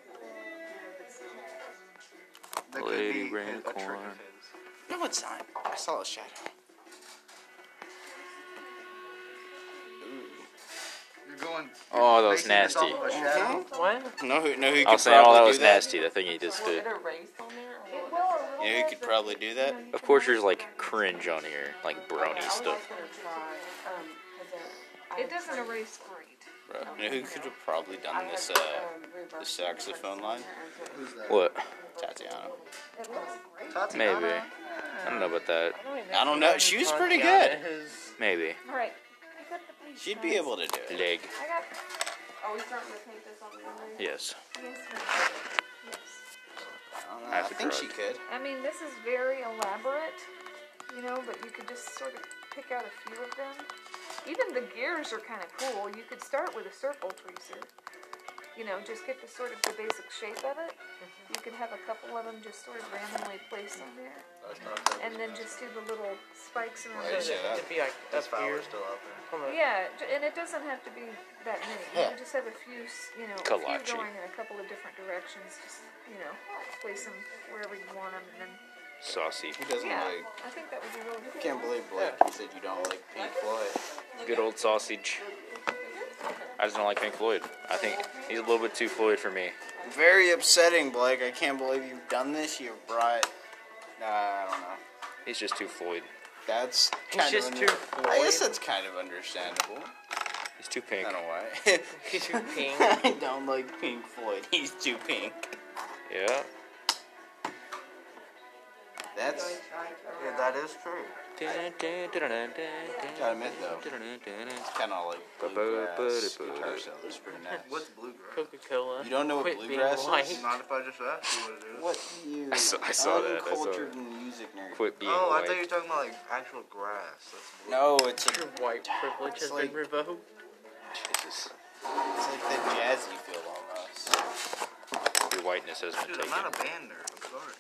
[SPEAKER 3] That
[SPEAKER 2] Lady
[SPEAKER 3] could be a- a trick
[SPEAKER 2] Unicorn.
[SPEAKER 3] of his.
[SPEAKER 1] No, it's not. I saw a shadow.
[SPEAKER 3] You're going.
[SPEAKER 2] Oh, that
[SPEAKER 3] you're
[SPEAKER 2] was
[SPEAKER 3] basing this
[SPEAKER 2] nasty. Mm-hmm.
[SPEAKER 3] off of a shadow?
[SPEAKER 4] What?
[SPEAKER 1] No, who, no, who
[SPEAKER 2] I
[SPEAKER 1] could
[SPEAKER 2] was saying all that
[SPEAKER 1] probably
[SPEAKER 2] was
[SPEAKER 1] do that?
[SPEAKER 2] nasty. The thing he just did.
[SPEAKER 1] You know who could probably do that?
[SPEAKER 2] Of course, there's like cringe on here, like brownie stuff.
[SPEAKER 5] It doesn't erase great.
[SPEAKER 1] You know who could have probably done this? Uh, the saxophone line,
[SPEAKER 3] Who's that?
[SPEAKER 2] What?
[SPEAKER 1] Tatiana.
[SPEAKER 3] Tatiana?
[SPEAKER 2] Maybe. I don't know about that.
[SPEAKER 1] I don't know. She was pretty good.
[SPEAKER 4] Tatiana's-
[SPEAKER 2] Maybe.
[SPEAKER 6] Alright.
[SPEAKER 1] She'd be able to do it.
[SPEAKER 2] Leg.
[SPEAKER 6] I got.
[SPEAKER 5] Oh,
[SPEAKER 6] Are we starting to paint this on the memory?
[SPEAKER 2] Yes.
[SPEAKER 1] I, don't know.
[SPEAKER 2] I
[SPEAKER 1] I
[SPEAKER 2] have to
[SPEAKER 1] think
[SPEAKER 2] draw
[SPEAKER 1] she
[SPEAKER 2] it.
[SPEAKER 1] could.
[SPEAKER 5] I mean, this is very elaborate, you know, but you could just sort of pick out a few of them. Even the gears are kind of cool. You could start with a circle tweezer. You know, just get the sort of the basic shape of it. You could have a couple of them just sort of randomly placed on there,
[SPEAKER 3] That's not that
[SPEAKER 5] and then just do the little spikes around
[SPEAKER 3] Right.
[SPEAKER 5] it.
[SPEAKER 1] Yeah.
[SPEAKER 4] It'd be like
[SPEAKER 3] That's
[SPEAKER 4] up here.
[SPEAKER 3] Fowler's still out there.
[SPEAKER 4] Hold on.
[SPEAKER 5] Yeah, j- and it doesn't have to be that many. You
[SPEAKER 1] Yeah.
[SPEAKER 5] can just have a few, s- you know, a
[SPEAKER 2] Kolache.
[SPEAKER 5] few going in a couple of different directions. Just you know, place them wherever you want them, and then
[SPEAKER 2] Saucy.
[SPEAKER 1] Who doesn't
[SPEAKER 5] yeah,
[SPEAKER 1] like?
[SPEAKER 5] I think that would be really
[SPEAKER 1] I
[SPEAKER 5] cool.
[SPEAKER 1] can't believe Blake. You said you don't like Pink Floyd.
[SPEAKER 2] Good old sausage. I just don't like Pink Floyd. I think he's a little bit too Floyd for me.
[SPEAKER 1] Very upsetting, Blake. I can't believe you've done this. You brought. Nah, I don't know.
[SPEAKER 2] He's just too Floyd.
[SPEAKER 1] That's kind
[SPEAKER 4] It's just
[SPEAKER 1] of.
[SPEAKER 4] too
[SPEAKER 1] under- I guess
[SPEAKER 4] Floyd.
[SPEAKER 1] that's kind of understandable.
[SPEAKER 2] He's too pink.
[SPEAKER 1] I don't know why.
[SPEAKER 4] Too pink.
[SPEAKER 1] I don't like Pink Floyd. He's too pink.
[SPEAKER 2] Yeah.
[SPEAKER 1] That's
[SPEAKER 3] Yeah, that is true.
[SPEAKER 1] gotta admit though. Kind of like bluegrass guitar solo. It's pretty nice.
[SPEAKER 3] What's bluegrass?
[SPEAKER 4] Coca-Cola.
[SPEAKER 1] You don't know what
[SPEAKER 4] Quit being
[SPEAKER 1] bluegrass is?
[SPEAKER 4] white.
[SPEAKER 3] Mind if I just ask you what it is?
[SPEAKER 1] What you?
[SPEAKER 2] I saw- I saw that, I saw
[SPEAKER 1] uncultured
[SPEAKER 2] that.
[SPEAKER 1] music nerd.
[SPEAKER 2] Quit being
[SPEAKER 3] Oh, I thought you were
[SPEAKER 2] white.
[SPEAKER 3] talking about like actual grass. That's blue.
[SPEAKER 1] No, it's a,
[SPEAKER 4] Your white privilege has
[SPEAKER 1] like-
[SPEAKER 4] been revoked.
[SPEAKER 2] Jesus.
[SPEAKER 1] it's like the jazzy feel almost.
[SPEAKER 2] Your whiteness has been
[SPEAKER 3] Dude, I'm
[SPEAKER 2] taken.
[SPEAKER 3] not a band nerd. I'm sorry.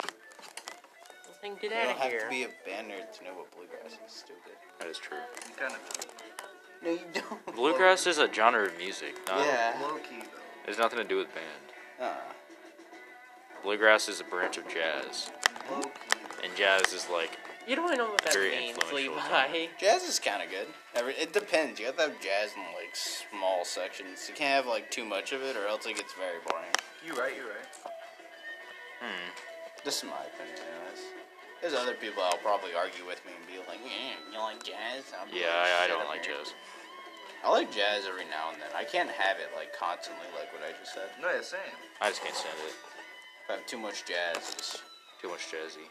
[SPEAKER 4] Thing, get
[SPEAKER 1] You
[SPEAKER 4] out
[SPEAKER 1] don't
[SPEAKER 4] of
[SPEAKER 1] have
[SPEAKER 4] here.
[SPEAKER 1] to be a band nerd to know what bluegrass is. Stupid.
[SPEAKER 2] That is true.
[SPEAKER 3] You kind of
[SPEAKER 1] No, you don't.
[SPEAKER 2] Bluegrass is a genre of music. Not,
[SPEAKER 1] Yeah.
[SPEAKER 3] low key though.
[SPEAKER 2] There's nothing to do with band.
[SPEAKER 1] Uh,
[SPEAKER 2] Bluegrass is a branch of jazz,
[SPEAKER 3] Low key.
[SPEAKER 2] and jazz is like
[SPEAKER 4] You don't know what that
[SPEAKER 2] Very
[SPEAKER 4] means,
[SPEAKER 2] influential
[SPEAKER 4] Levi.
[SPEAKER 1] jazz is kind of good. Every, it depends. You have to have jazz in like small sections. You can't have like too much of it, or else it gets very boring.
[SPEAKER 3] You right. You right.
[SPEAKER 1] This is my opinion, anyways. There's other people that'll probably argue with me and be like, "Yeah, you like jazz?" I'm
[SPEAKER 2] yeah. I, I
[SPEAKER 1] "Shut
[SPEAKER 2] don't
[SPEAKER 1] up,
[SPEAKER 2] like
[SPEAKER 1] nerd."
[SPEAKER 2] jazz.
[SPEAKER 1] I like jazz every now and then. I can't have it like constantly, like what I just said.
[SPEAKER 3] No, yeah, same.
[SPEAKER 2] I just can't stand it.
[SPEAKER 1] If I have too much jazz, I just
[SPEAKER 2] Too much jazzy.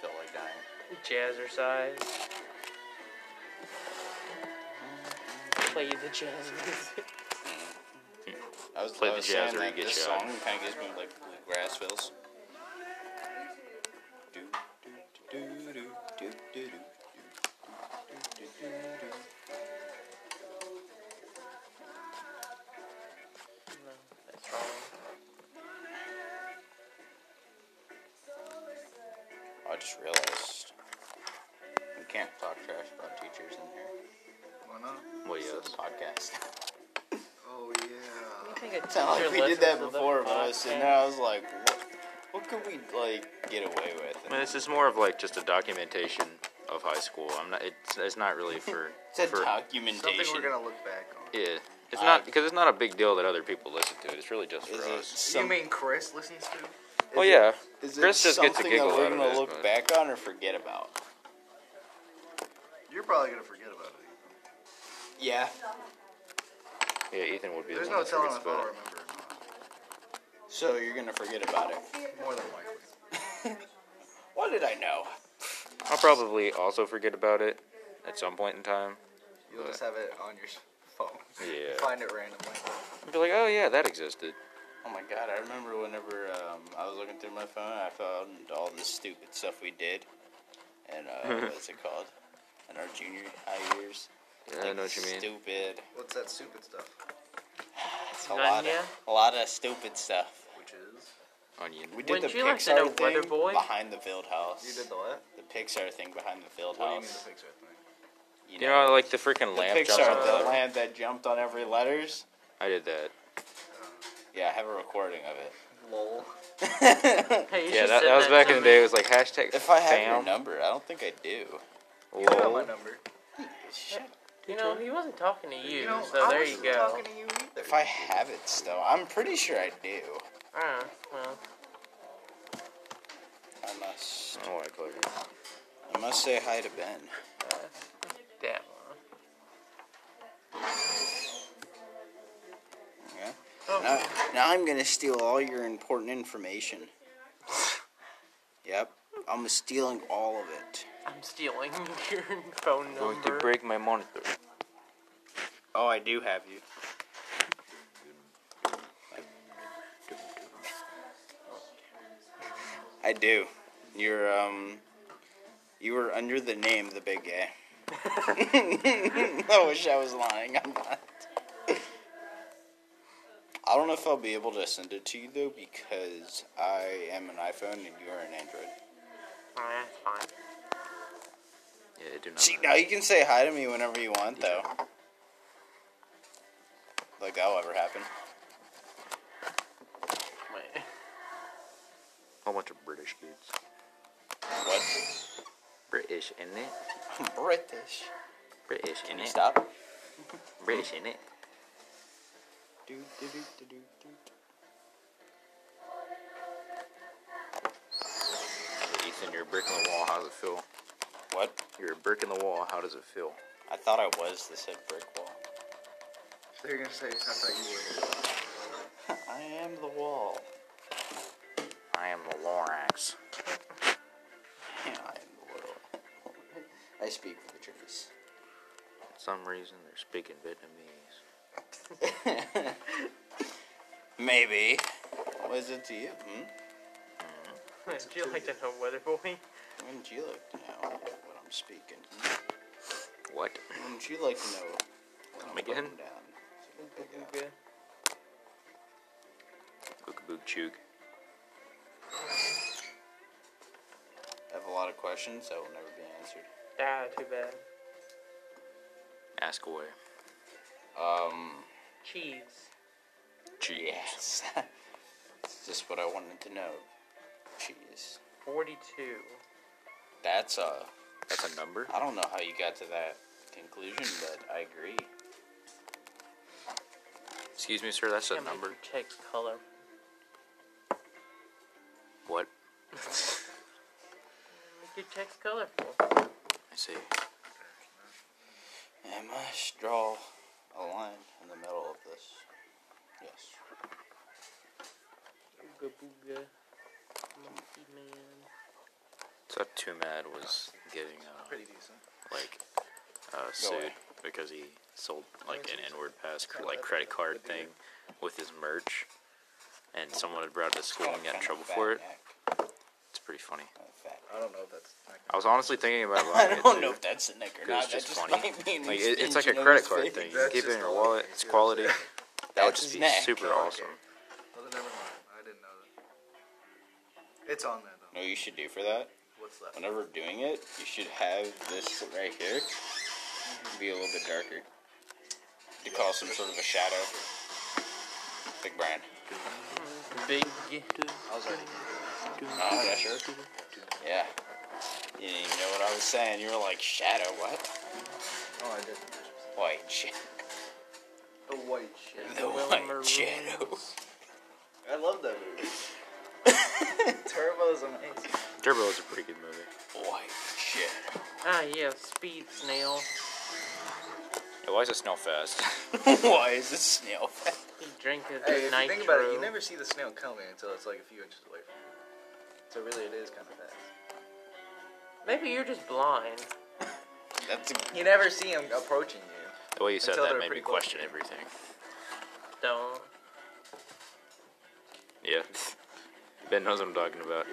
[SPEAKER 1] feel like dying.
[SPEAKER 4] Jazzercise. Play the jazz music.
[SPEAKER 1] I was,
[SPEAKER 2] Play
[SPEAKER 1] I
[SPEAKER 2] the
[SPEAKER 1] was saying
[SPEAKER 2] jazz or you
[SPEAKER 1] that
[SPEAKER 2] get
[SPEAKER 1] this
[SPEAKER 2] shot.
[SPEAKER 1] song kind of gives me like bluegrass feels. Do, do, do, do, do, do, do, do, do, do, do, do, do.
[SPEAKER 4] That's wrong.
[SPEAKER 1] I just realized we can't talk trash about teachers in here.
[SPEAKER 3] Why not?
[SPEAKER 2] Well,
[SPEAKER 1] This is
[SPEAKER 2] yes.
[SPEAKER 1] a podcast.
[SPEAKER 3] Oh yeah.
[SPEAKER 4] You think a
[SPEAKER 1] Sound like
[SPEAKER 4] teacher
[SPEAKER 1] we did
[SPEAKER 4] listens
[SPEAKER 1] that
[SPEAKER 4] to the
[SPEAKER 1] before, but I was sitting there,
[SPEAKER 4] podcast?
[SPEAKER 1] I was like, what, what could we like get away with?
[SPEAKER 2] I mean, this is more of like just a documentation of high school. I'm not. It's, it's not really for.
[SPEAKER 1] It's a
[SPEAKER 2] for
[SPEAKER 1] documentation.
[SPEAKER 3] Something we're gonna look back on.
[SPEAKER 2] yeah. It's
[SPEAKER 1] Uh,
[SPEAKER 2] not because it's not a big deal that other people listen to it. It's really just for
[SPEAKER 1] Is it
[SPEAKER 2] us.
[SPEAKER 1] some-
[SPEAKER 3] you mean Chris listens to?
[SPEAKER 1] it-
[SPEAKER 2] Well, Oh, yeah.
[SPEAKER 1] is it
[SPEAKER 2] Chris just gets a
[SPEAKER 1] something
[SPEAKER 2] giggle
[SPEAKER 1] that we're
[SPEAKER 2] out of
[SPEAKER 1] gonna
[SPEAKER 2] it,
[SPEAKER 1] look
[SPEAKER 2] but-
[SPEAKER 1] back on or forget about?
[SPEAKER 3] You're probably gonna forget about it.
[SPEAKER 1] Yeah.
[SPEAKER 2] Yeah, Ethan would be
[SPEAKER 3] There's
[SPEAKER 2] the one
[SPEAKER 3] no
[SPEAKER 2] that
[SPEAKER 3] telling
[SPEAKER 2] forgets
[SPEAKER 3] if I'll
[SPEAKER 2] about it.
[SPEAKER 3] remember or
[SPEAKER 1] So you're gonna forget about it.
[SPEAKER 3] not. More than likely.
[SPEAKER 1] What did I know?
[SPEAKER 2] I'll probably also forget about it at some point in time.
[SPEAKER 3] You'll just have it on your phone.
[SPEAKER 2] Yeah.
[SPEAKER 3] Find it randomly.
[SPEAKER 2] I'd be like, oh yeah, that existed.
[SPEAKER 1] Oh my god, I remember whenever um, I was looking through my phone, I found all the stupid stuff we did. And uh, what's it called? In our junior high years.
[SPEAKER 2] Yeah, I know what you mean.
[SPEAKER 1] Stupid.
[SPEAKER 3] What's that stupid stuff?
[SPEAKER 1] It's a lot, of,
[SPEAKER 4] Anya?
[SPEAKER 1] a lot of stupid stuff.
[SPEAKER 3] Which is?
[SPEAKER 2] Onion.
[SPEAKER 1] We did
[SPEAKER 4] Wouldn't
[SPEAKER 1] the
[SPEAKER 4] you like to
[SPEAKER 1] Pixar
[SPEAKER 4] know
[SPEAKER 1] thing
[SPEAKER 4] Weather Boy?
[SPEAKER 1] behind the field house.
[SPEAKER 3] You did the what?
[SPEAKER 1] the Pixar thing behind the field
[SPEAKER 3] What do you mean
[SPEAKER 1] house.
[SPEAKER 3] the Pixar thing?
[SPEAKER 1] You
[SPEAKER 2] You
[SPEAKER 1] know,
[SPEAKER 2] know, like the freaking
[SPEAKER 1] the
[SPEAKER 2] lamp jumps
[SPEAKER 1] Pixar,
[SPEAKER 2] off the
[SPEAKER 1] the lamp that jumped on every letters.
[SPEAKER 2] I did that.
[SPEAKER 1] Yeah, I have a recording of it.
[SPEAKER 3] Lol.
[SPEAKER 1] if
[SPEAKER 4] Hey, you
[SPEAKER 2] Yeah,
[SPEAKER 4] should
[SPEAKER 2] that,
[SPEAKER 4] send
[SPEAKER 2] that was back
[SPEAKER 4] to
[SPEAKER 2] in the
[SPEAKER 4] me.
[SPEAKER 2] day. It was like hashtag
[SPEAKER 1] I have your
[SPEAKER 2] fam.
[SPEAKER 1] number, I don't think I do.
[SPEAKER 3] You got my
[SPEAKER 2] Lol.
[SPEAKER 3] number.
[SPEAKER 4] You know, he wasn't talking to you,
[SPEAKER 3] You know,
[SPEAKER 4] so
[SPEAKER 3] I
[SPEAKER 4] there you
[SPEAKER 3] wasn't
[SPEAKER 4] go.
[SPEAKER 3] talking to you either.
[SPEAKER 1] If I have it still, I'm pretty sure I do.
[SPEAKER 4] Ah, well,
[SPEAKER 1] I must.
[SPEAKER 2] Oh, I closed it.
[SPEAKER 1] I must say hi to Ben.
[SPEAKER 4] that one.
[SPEAKER 1] Yeah. Now, now I'm gonna steal all your important information. Yep. I'm stealing all of it.
[SPEAKER 4] I'm stealing your phone
[SPEAKER 2] Going to
[SPEAKER 4] number.
[SPEAKER 2] break my monitor.
[SPEAKER 1] Oh, I do have you. I do. You're um. You were under the name the big guy. I wish I was lying. I'm not. I don't know if I'll be able to send it to you though because I am an iPhone and you are an Android.
[SPEAKER 4] Ah, that's fine.
[SPEAKER 2] Yeah, I do not.
[SPEAKER 1] See,
[SPEAKER 2] know.
[SPEAKER 1] now you can say hi to me whenever you want though. Like that'll ever happen.
[SPEAKER 4] Wait.
[SPEAKER 2] Whole bunch of British kids.
[SPEAKER 1] What?
[SPEAKER 2] British, isn't it?
[SPEAKER 1] British.
[SPEAKER 2] British,
[SPEAKER 1] Can
[SPEAKER 2] isn't
[SPEAKER 1] you
[SPEAKER 2] it?
[SPEAKER 1] stop?
[SPEAKER 2] British, isn't it?
[SPEAKER 1] Do, do, do, do, do, do.
[SPEAKER 2] Hey, Ethan, you're a brick in the wall. How does it feel?
[SPEAKER 1] What?
[SPEAKER 2] You're a brick in the wall. How does it feel?
[SPEAKER 1] I thought I was the said brick wall.
[SPEAKER 3] They're gonna say, I thought you were.
[SPEAKER 1] I am the wall.
[SPEAKER 2] I am the Lorax.
[SPEAKER 1] I am the wall. I speak for the turkeys.
[SPEAKER 2] For some reason, they're speaking Vietnamese.
[SPEAKER 1] Maybe. What is it to you? Hmm?
[SPEAKER 4] Would you like to know Weather Boy?
[SPEAKER 1] Wouldn't you like to know what I'm speaking? hmm?
[SPEAKER 2] What?
[SPEAKER 1] Wouldn't you like to know what I'm
[SPEAKER 2] Come again?
[SPEAKER 1] putting down? So you can pick it up.
[SPEAKER 4] Good.
[SPEAKER 2] Book chook.
[SPEAKER 1] I have a lot of questions that will never be answered.
[SPEAKER 4] Ah, too bad.
[SPEAKER 2] Ask away.
[SPEAKER 1] Um.
[SPEAKER 4] Cheese.
[SPEAKER 1] Yes. it's just what I wanted to know. Cheese.
[SPEAKER 4] 42.
[SPEAKER 1] That's a.
[SPEAKER 2] That's a number?
[SPEAKER 1] I don't know how you got to that conclusion, but I agree.
[SPEAKER 2] Excuse me, sir. That's a
[SPEAKER 4] Can't make
[SPEAKER 2] number.
[SPEAKER 4] you check color.
[SPEAKER 2] What?
[SPEAKER 4] Make your text colorful.
[SPEAKER 2] I see.
[SPEAKER 1] I must draw a line in the middle of this. Yes.
[SPEAKER 4] Ooga booga. Monkey man.
[SPEAKER 2] So too mad was getting uh,
[SPEAKER 3] Pretty decent.
[SPEAKER 2] like uh,
[SPEAKER 1] away.
[SPEAKER 2] sued because he sold like an inward pass cr- like credit card thing with his merch, and someone had brought it to school and got in
[SPEAKER 1] Kinda
[SPEAKER 2] trouble
[SPEAKER 1] fat
[SPEAKER 2] for it.
[SPEAKER 1] neck,
[SPEAKER 2] It's pretty funny.
[SPEAKER 1] kinda fat.
[SPEAKER 3] I don't know if that's.
[SPEAKER 2] I was honestly thinking about
[SPEAKER 1] I
[SPEAKER 2] buying it.
[SPEAKER 1] don't
[SPEAKER 2] too.
[SPEAKER 1] know if that's a neck or
[SPEAKER 2] 'cause
[SPEAKER 1] not.
[SPEAKER 2] It's
[SPEAKER 1] That
[SPEAKER 2] just
[SPEAKER 1] just
[SPEAKER 2] funny.
[SPEAKER 1] might be an
[SPEAKER 2] Like it, it's like a
[SPEAKER 1] extension of
[SPEAKER 2] credit
[SPEAKER 1] his
[SPEAKER 2] card
[SPEAKER 1] face.
[SPEAKER 2] thing. You
[SPEAKER 3] That's
[SPEAKER 2] keep it in
[SPEAKER 3] just
[SPEAKER 2] your
[SPEAKER 3] a-
[SPEAKER 2] wallet. It's quality. That would
[SPEAKER 1] That's
[SPEAKER 2] just
[SPEAKER 1] his
[SPEAKER 2] be
[SPEAKER 1] neck.
[SPEAKER 2] super
[SPEAKER 3] Oh,
[SPEAKER 2] awesome.
[SPEAKER 3] okay. Well, then never mind. I didn't know that. It's on there
[SPEAKER 1] You
[SPEAKER 3] though.
[SPEAKER 1] know what you should do for that?
[SPEAKER 3] What's left?
[SPEAKER 1] Whenever doing it, you should have this right here be a little bit darker to cause some sort of a shadow. Big brand.
[SPEAKER 4] Big.
[SPEAKER 3] I was already.
[SPEAKER 1] Oh, yeah, sure. Yeah. You didn't even know what I was saying. You were like, shadow, what?
[SPEAKER 3] Oh, I did.
[SPEAKER 1] White shadow.
[SPEAKER 3] The white shit.
[SPEAKER 1] The
[SPEAKER 4] Well,
[SPEAKER 1] white
[SPEAKER 4] maroon.
[SPEAKER 1] shadow.
[SPEAKER 3] I love that movie. Turbo's amazing.
[SPEAKER 2] Turbo is a pretty good movie.
[SPEAKER 1] White shadow.
[SPEAKER 4] Ah, yeah, speed snail.
[SPEAKER 2] Yeah, why is it snow fast?
[SPEAKER 1] Why is it snail fat?
[SPEAKER 4] You drink it
[SPEAKER 3] Hey, if
[SPEAKER 4] with
[SPEAKER 3] you
[SPEAKER 4] nitro.
[SPEAKER 3] think about it, you never see the snail coming until it's like a few inches away from you. So really, it is kind of fast.
[SPEAKER 4] Maybe you're just blind.
[SPEAKER 1] That's a,
[SPEAKER 3] You never see him approaching you.
[SPEAKER 2] the way you said
[SPEAKER 3] Until
[SPEAKER 2] that
[SPEAKER 3] they're
[SPEAKER 2] made me
[SPEAKER 3] pretty close.
[SPEAKER 2] question everything.
[SPEAKER 4] Don't.
[SPEAKER 2] Yeah. Ben knows what I'm talking about.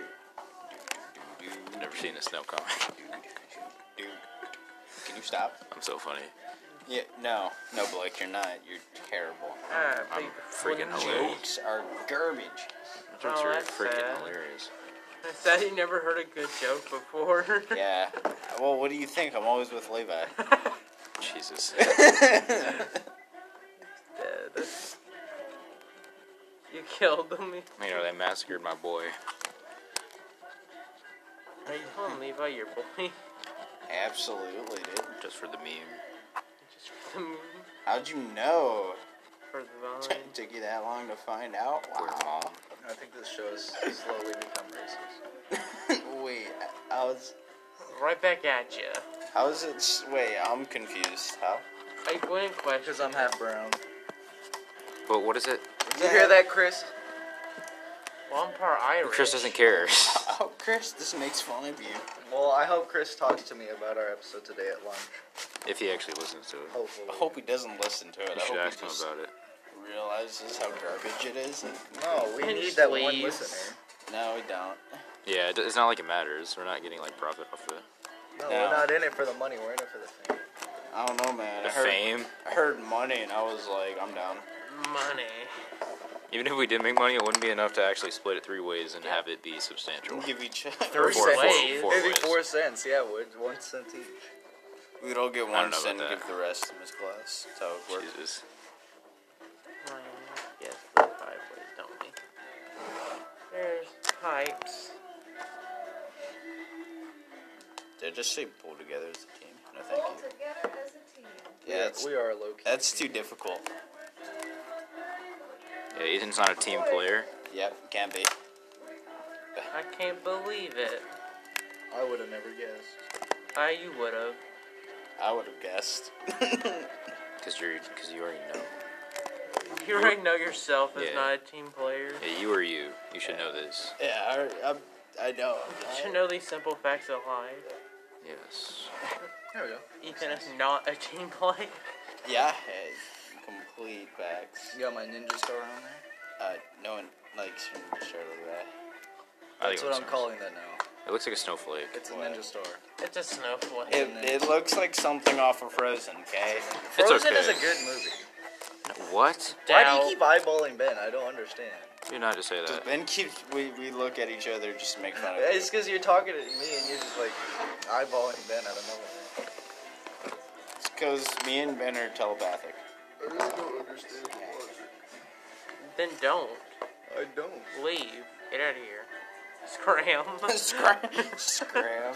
[SPEAKER 2] Never seen a snow coming.
[SPEAKER 1] dude. Can you stop?
[SPEAKER 2] I'm so funny.
[SPEAKER 1] Yeah, no, no, Blake, you're not. You're terrible.
[SPEAKER 4] Ah,
[SPEAKER 2] I'm
[SPEAKER 4] big
[SPEAKER 2] freaking
[SPEAKER 4] flinch.
[SPEAKER 2] hilarious.
[SPEAKER 1] Jokes are garbage.
[SPEAKER 2] Jokes
[SPEAKER 4] Oh,
[SPEAKER 2] are
[SPEAKER 4] that's
[SPEAKER 2] freaking
[SPEAKER 4] sad.
[SPEAKER 2] hilarious.
[SPEAKER 4] I said you never heard a good joke before.
[SPEAKER 1] Yeah. Well, what do you think? I'm always with Levi.
[SPEAKER 2] Jesus.
[SPEAKER 4] Dead. You killed him.
[SPEAKER 2] you know, they massacred my boy.
[SPEAKER 4] Are you calling Levi your boy?
[SPEAKER 1] Absolutely, dude.
[SPEAKER 2] Just for the meme.
[SPEAKER 4] Just for the,
[SPEAKER 1] How'd you know?
[SPEAKER 4] for the vine.
[SPEAKER 1] Took you that long to find out?
[SPEAKER 2] Poor
[SPEAKER 1] Wow.
[SPEAKER 2] mom.
[SPEAKER 3] I think this show has slowly become racist.
[SPEAKER 1] Wait, I was.
[SPEAKER 4] Right back at you.
[SPEAKER 1] How is it? s- Wait, I'm confused. How?
[SPEAKER 4] I wouldn't question.
[SPEAKER 3] Because I'm half brown.
[SPEAKER 2] But what is it?
[SPEAKER 3] Did you hear that, Chris?
[SPEAKER 4] Well, I'm part Irish.
[SPEAKER 2] Chris doesn't care.
[SPEAKER 1] Oh, Chris, this makes fun of you.
[SPEAKER 3] Well, I hope Chris talks to me about our episode today at lunch.
[SPEAKER 2] if he actually listens to it.
[SPEAKER 3] Hopefully.
[SPEAKER 1] I hope he doesn't listen to it.
[SPEAKER 2] You
[SPEAKER 1] I hope
[SPEAKER 2] should ask
[SPEAKER 1] he
[SPEAKER 2] him
[SPEAKER 1] just
[SPEAKER 2] about it.
[SPEAKER 1] realizes how garbage it is.
[SPEAKER 3] No, we
[SPEAKER 4] Pinch
[SPEAKER 3] need that one
[SPEAKER 4] sleeves.
[SPEAKER 3] listener.
[SPEAKER 1] No, we don't.
[SPEAKER 2] Yeah, it, it's not like it matters. We're not getting like profit off the,
[SPEAKER 1] No.
[SPEAKER 3] No, we're not in it for the money. We're in it for the fame.
[SPEAKER 1] I don't know, man.
[SPEAKER 2] the
[SPEAKER 1] I heard
[SPEAKER 2] fame.
[SPEAKER 1] I heard money, and I was like, I'm down.
[SPEAKER 4] Money.
[SPEAKER 2] Even if we did make money, it wouldn't be enough to actually split it three ways and have it be substantial.
[SPEAKER 1] Give each
[SPEAKER 2] Or
[SPEAKER 4] Three
[SPEAKER 2] four, four,
[SPEAKER 4] ways.
[SPEAKER 2] four
[SPEAKER 3] Maybe
[SPEAKER 2] ways.
[SPEAKER 3] four cents. Yeah, would one cent each.
[SPEAKER 1] We'd all get
[SPEAKER 2] I
[SPEAKER 1] one
[SPEAKER 2] don't know
[SPEAKER 1] cent
[SPEAKER 2] about
[SPEAKER 1] and
[SPEAKER 2] that.
[SPEAKER 1] give the rest to Miss Glass. That's how it works.
[SPEAKER 2] Jesus.
[SPEAKER 4] Money. Yes, the five ways, don't we? There's pipes.
[SPEAKER 1] Did I just say pull together as a team? No, thank
[SPEAKER 6] All
[SPEAKER 1] you.
[SPEAKER 6] together as a team.
[SPEAKER 1] Yeah, that's,
[SPEAKER 3] we are a low key.
[SPEAKER 1] that's too difficult.
[SPEAKER 2] Yeah, Ethan's not a team player.
[SPEAKER 1] Yep, can be.
[SPEAKER 4] I can't believe it.
[SPEAKER 3] I would have never guessed.
[SPEAKER 4] I you would have.
[SPEAKER 1] I would have guessed.
[SPEAKER 2] Cause you're, cause you already know.
[SPEAKER 4] You already know yourself as
[SPEAKER 2] Yeah.
[SPEAKER 4] not a team player.
[SPEAKER 2] Yeah, you are you. You should know this.
[SPEAKER 1] Yeah, I, I, I know.
[SPEAKER 4] You should know these simple facts of life.
[SPEAKER 2] Yes.
[SPEAKER 3] There we go.
[SPEAKER 4] Ethan is not a team player.
[SPEAKER 1] Yeah, hey, complete facts.
[SPEAKER 3] You got my ninja star on there.
[SPEAKER 1] Uh, no one likes from Charlie that.
[SPEAKER 2] I think
[SPEAKER 3] That's
[SPEAKER 2] it
[SPEAKER 3] what
[SPEAKER 2] looks
[SPEAKER 3] I'm
[SPEAKER 2] nice.
[SPEAKER 3] calling that now.
[SPEAKER 2] It looks like a snowflake.
[SPEAKER 3] It's a
[SPEAKER 1] What?
[SPEAKER 3] ninja star.
[SPEAKER 4] It's a snowflake.
[SPEAKER 1] It, it looks like something off of Frozen, okay?
[SPEAKER 2] It's
[SPEAKER 3] Frozen is a
[SPEAKER 2] okay.
[SPEAKER 3] good movie.
[SPEAKER 2] What?
[SPEAKER 3] Why do
[SPEAKER 4] Doubt.
[SPEAKER 3] you keep eyeballing Ben? I don't understand.
[SPEAKER 2] You're not to say
[SPEAKER 1] Because
[SPEAKER 2] that.
[SPEAKER 1] Ben keeps, we, we look at each other just to make fun of it.
[SPEAKER 3] It's because you're talking to me and you're just like eyeballing Ben. I don't know.
[SPEAKER 1] Because me and Ben are telepathic.
[SPEAKER 4] Then don't.
[SPEAKER 3] I don't.
[SPEAKER 4] Leave. Get out of here. Scram.
[SPEAKER 1] Scram. Scram.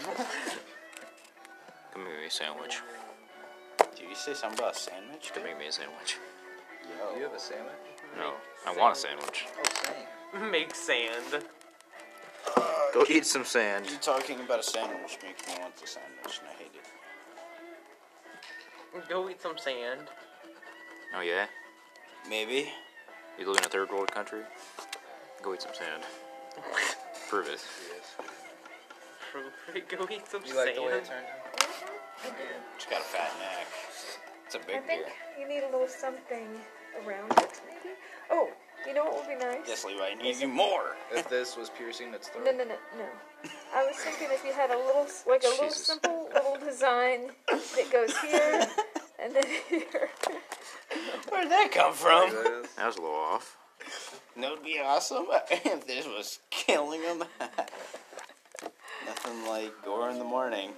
[SPEAKER 2] Come make me a sandwich.
[SPEAKER 1] Did you say something about a sandwich?
[SPEAKER 2] Come make me a sandwich.
[SPEAKER 1] Yo.
[SPEAKER 3] Do you have a sandwich?
[SPEAKER 2] No, Oh, I want a sandwich.
[SPEAKER 3] Oh, same.
[SPEAKER 4] Make sand.
[SPEAKER 2] Go eat some sand.
[SPEAKER 1] You talking about a sandwich makes me want the sandwich, and I hate it.
[SPEAKER 4] Go eat some sand.
[SPEAKER 2] Oh yeah.
[SPEAKER 1] Maybe.
[SPEAKER 2] You live in a third world country? Go eat some sand. Prove it.
[SPEAKER 4] Go eat some
[SPEAKER 3] You
[SPEAKER 4] sand.
[SPEAKER 3] like the way it turned out?
[SPEAKER 1] It's got a fat neck. It's a
[SPEAKER 6] I
[SPEAKER 1] big
[SPEAKER 6] think
[SPEAKER 1] beer.
[SPEAKER 6] you need a little something around it, maybe. Oh, you know what would be nice?
[SPEAKER 1] Yes, Levi, I need you more.
[SPEAKER 3] If this was piercing its throat.
[SPEAKER 6] No, no, no, no. I was thinking if you had a little, like a little
[SPEAKER 2] Jesus.
[SPEAKER 6] simple little design that goes here and then here.
[SPEAKER 1] Where'd that come from?
[SPEAKER 2] That was a little off.
[SPEAKER 1] That would be awesome if this was killing him. Nothing like gore in the morning.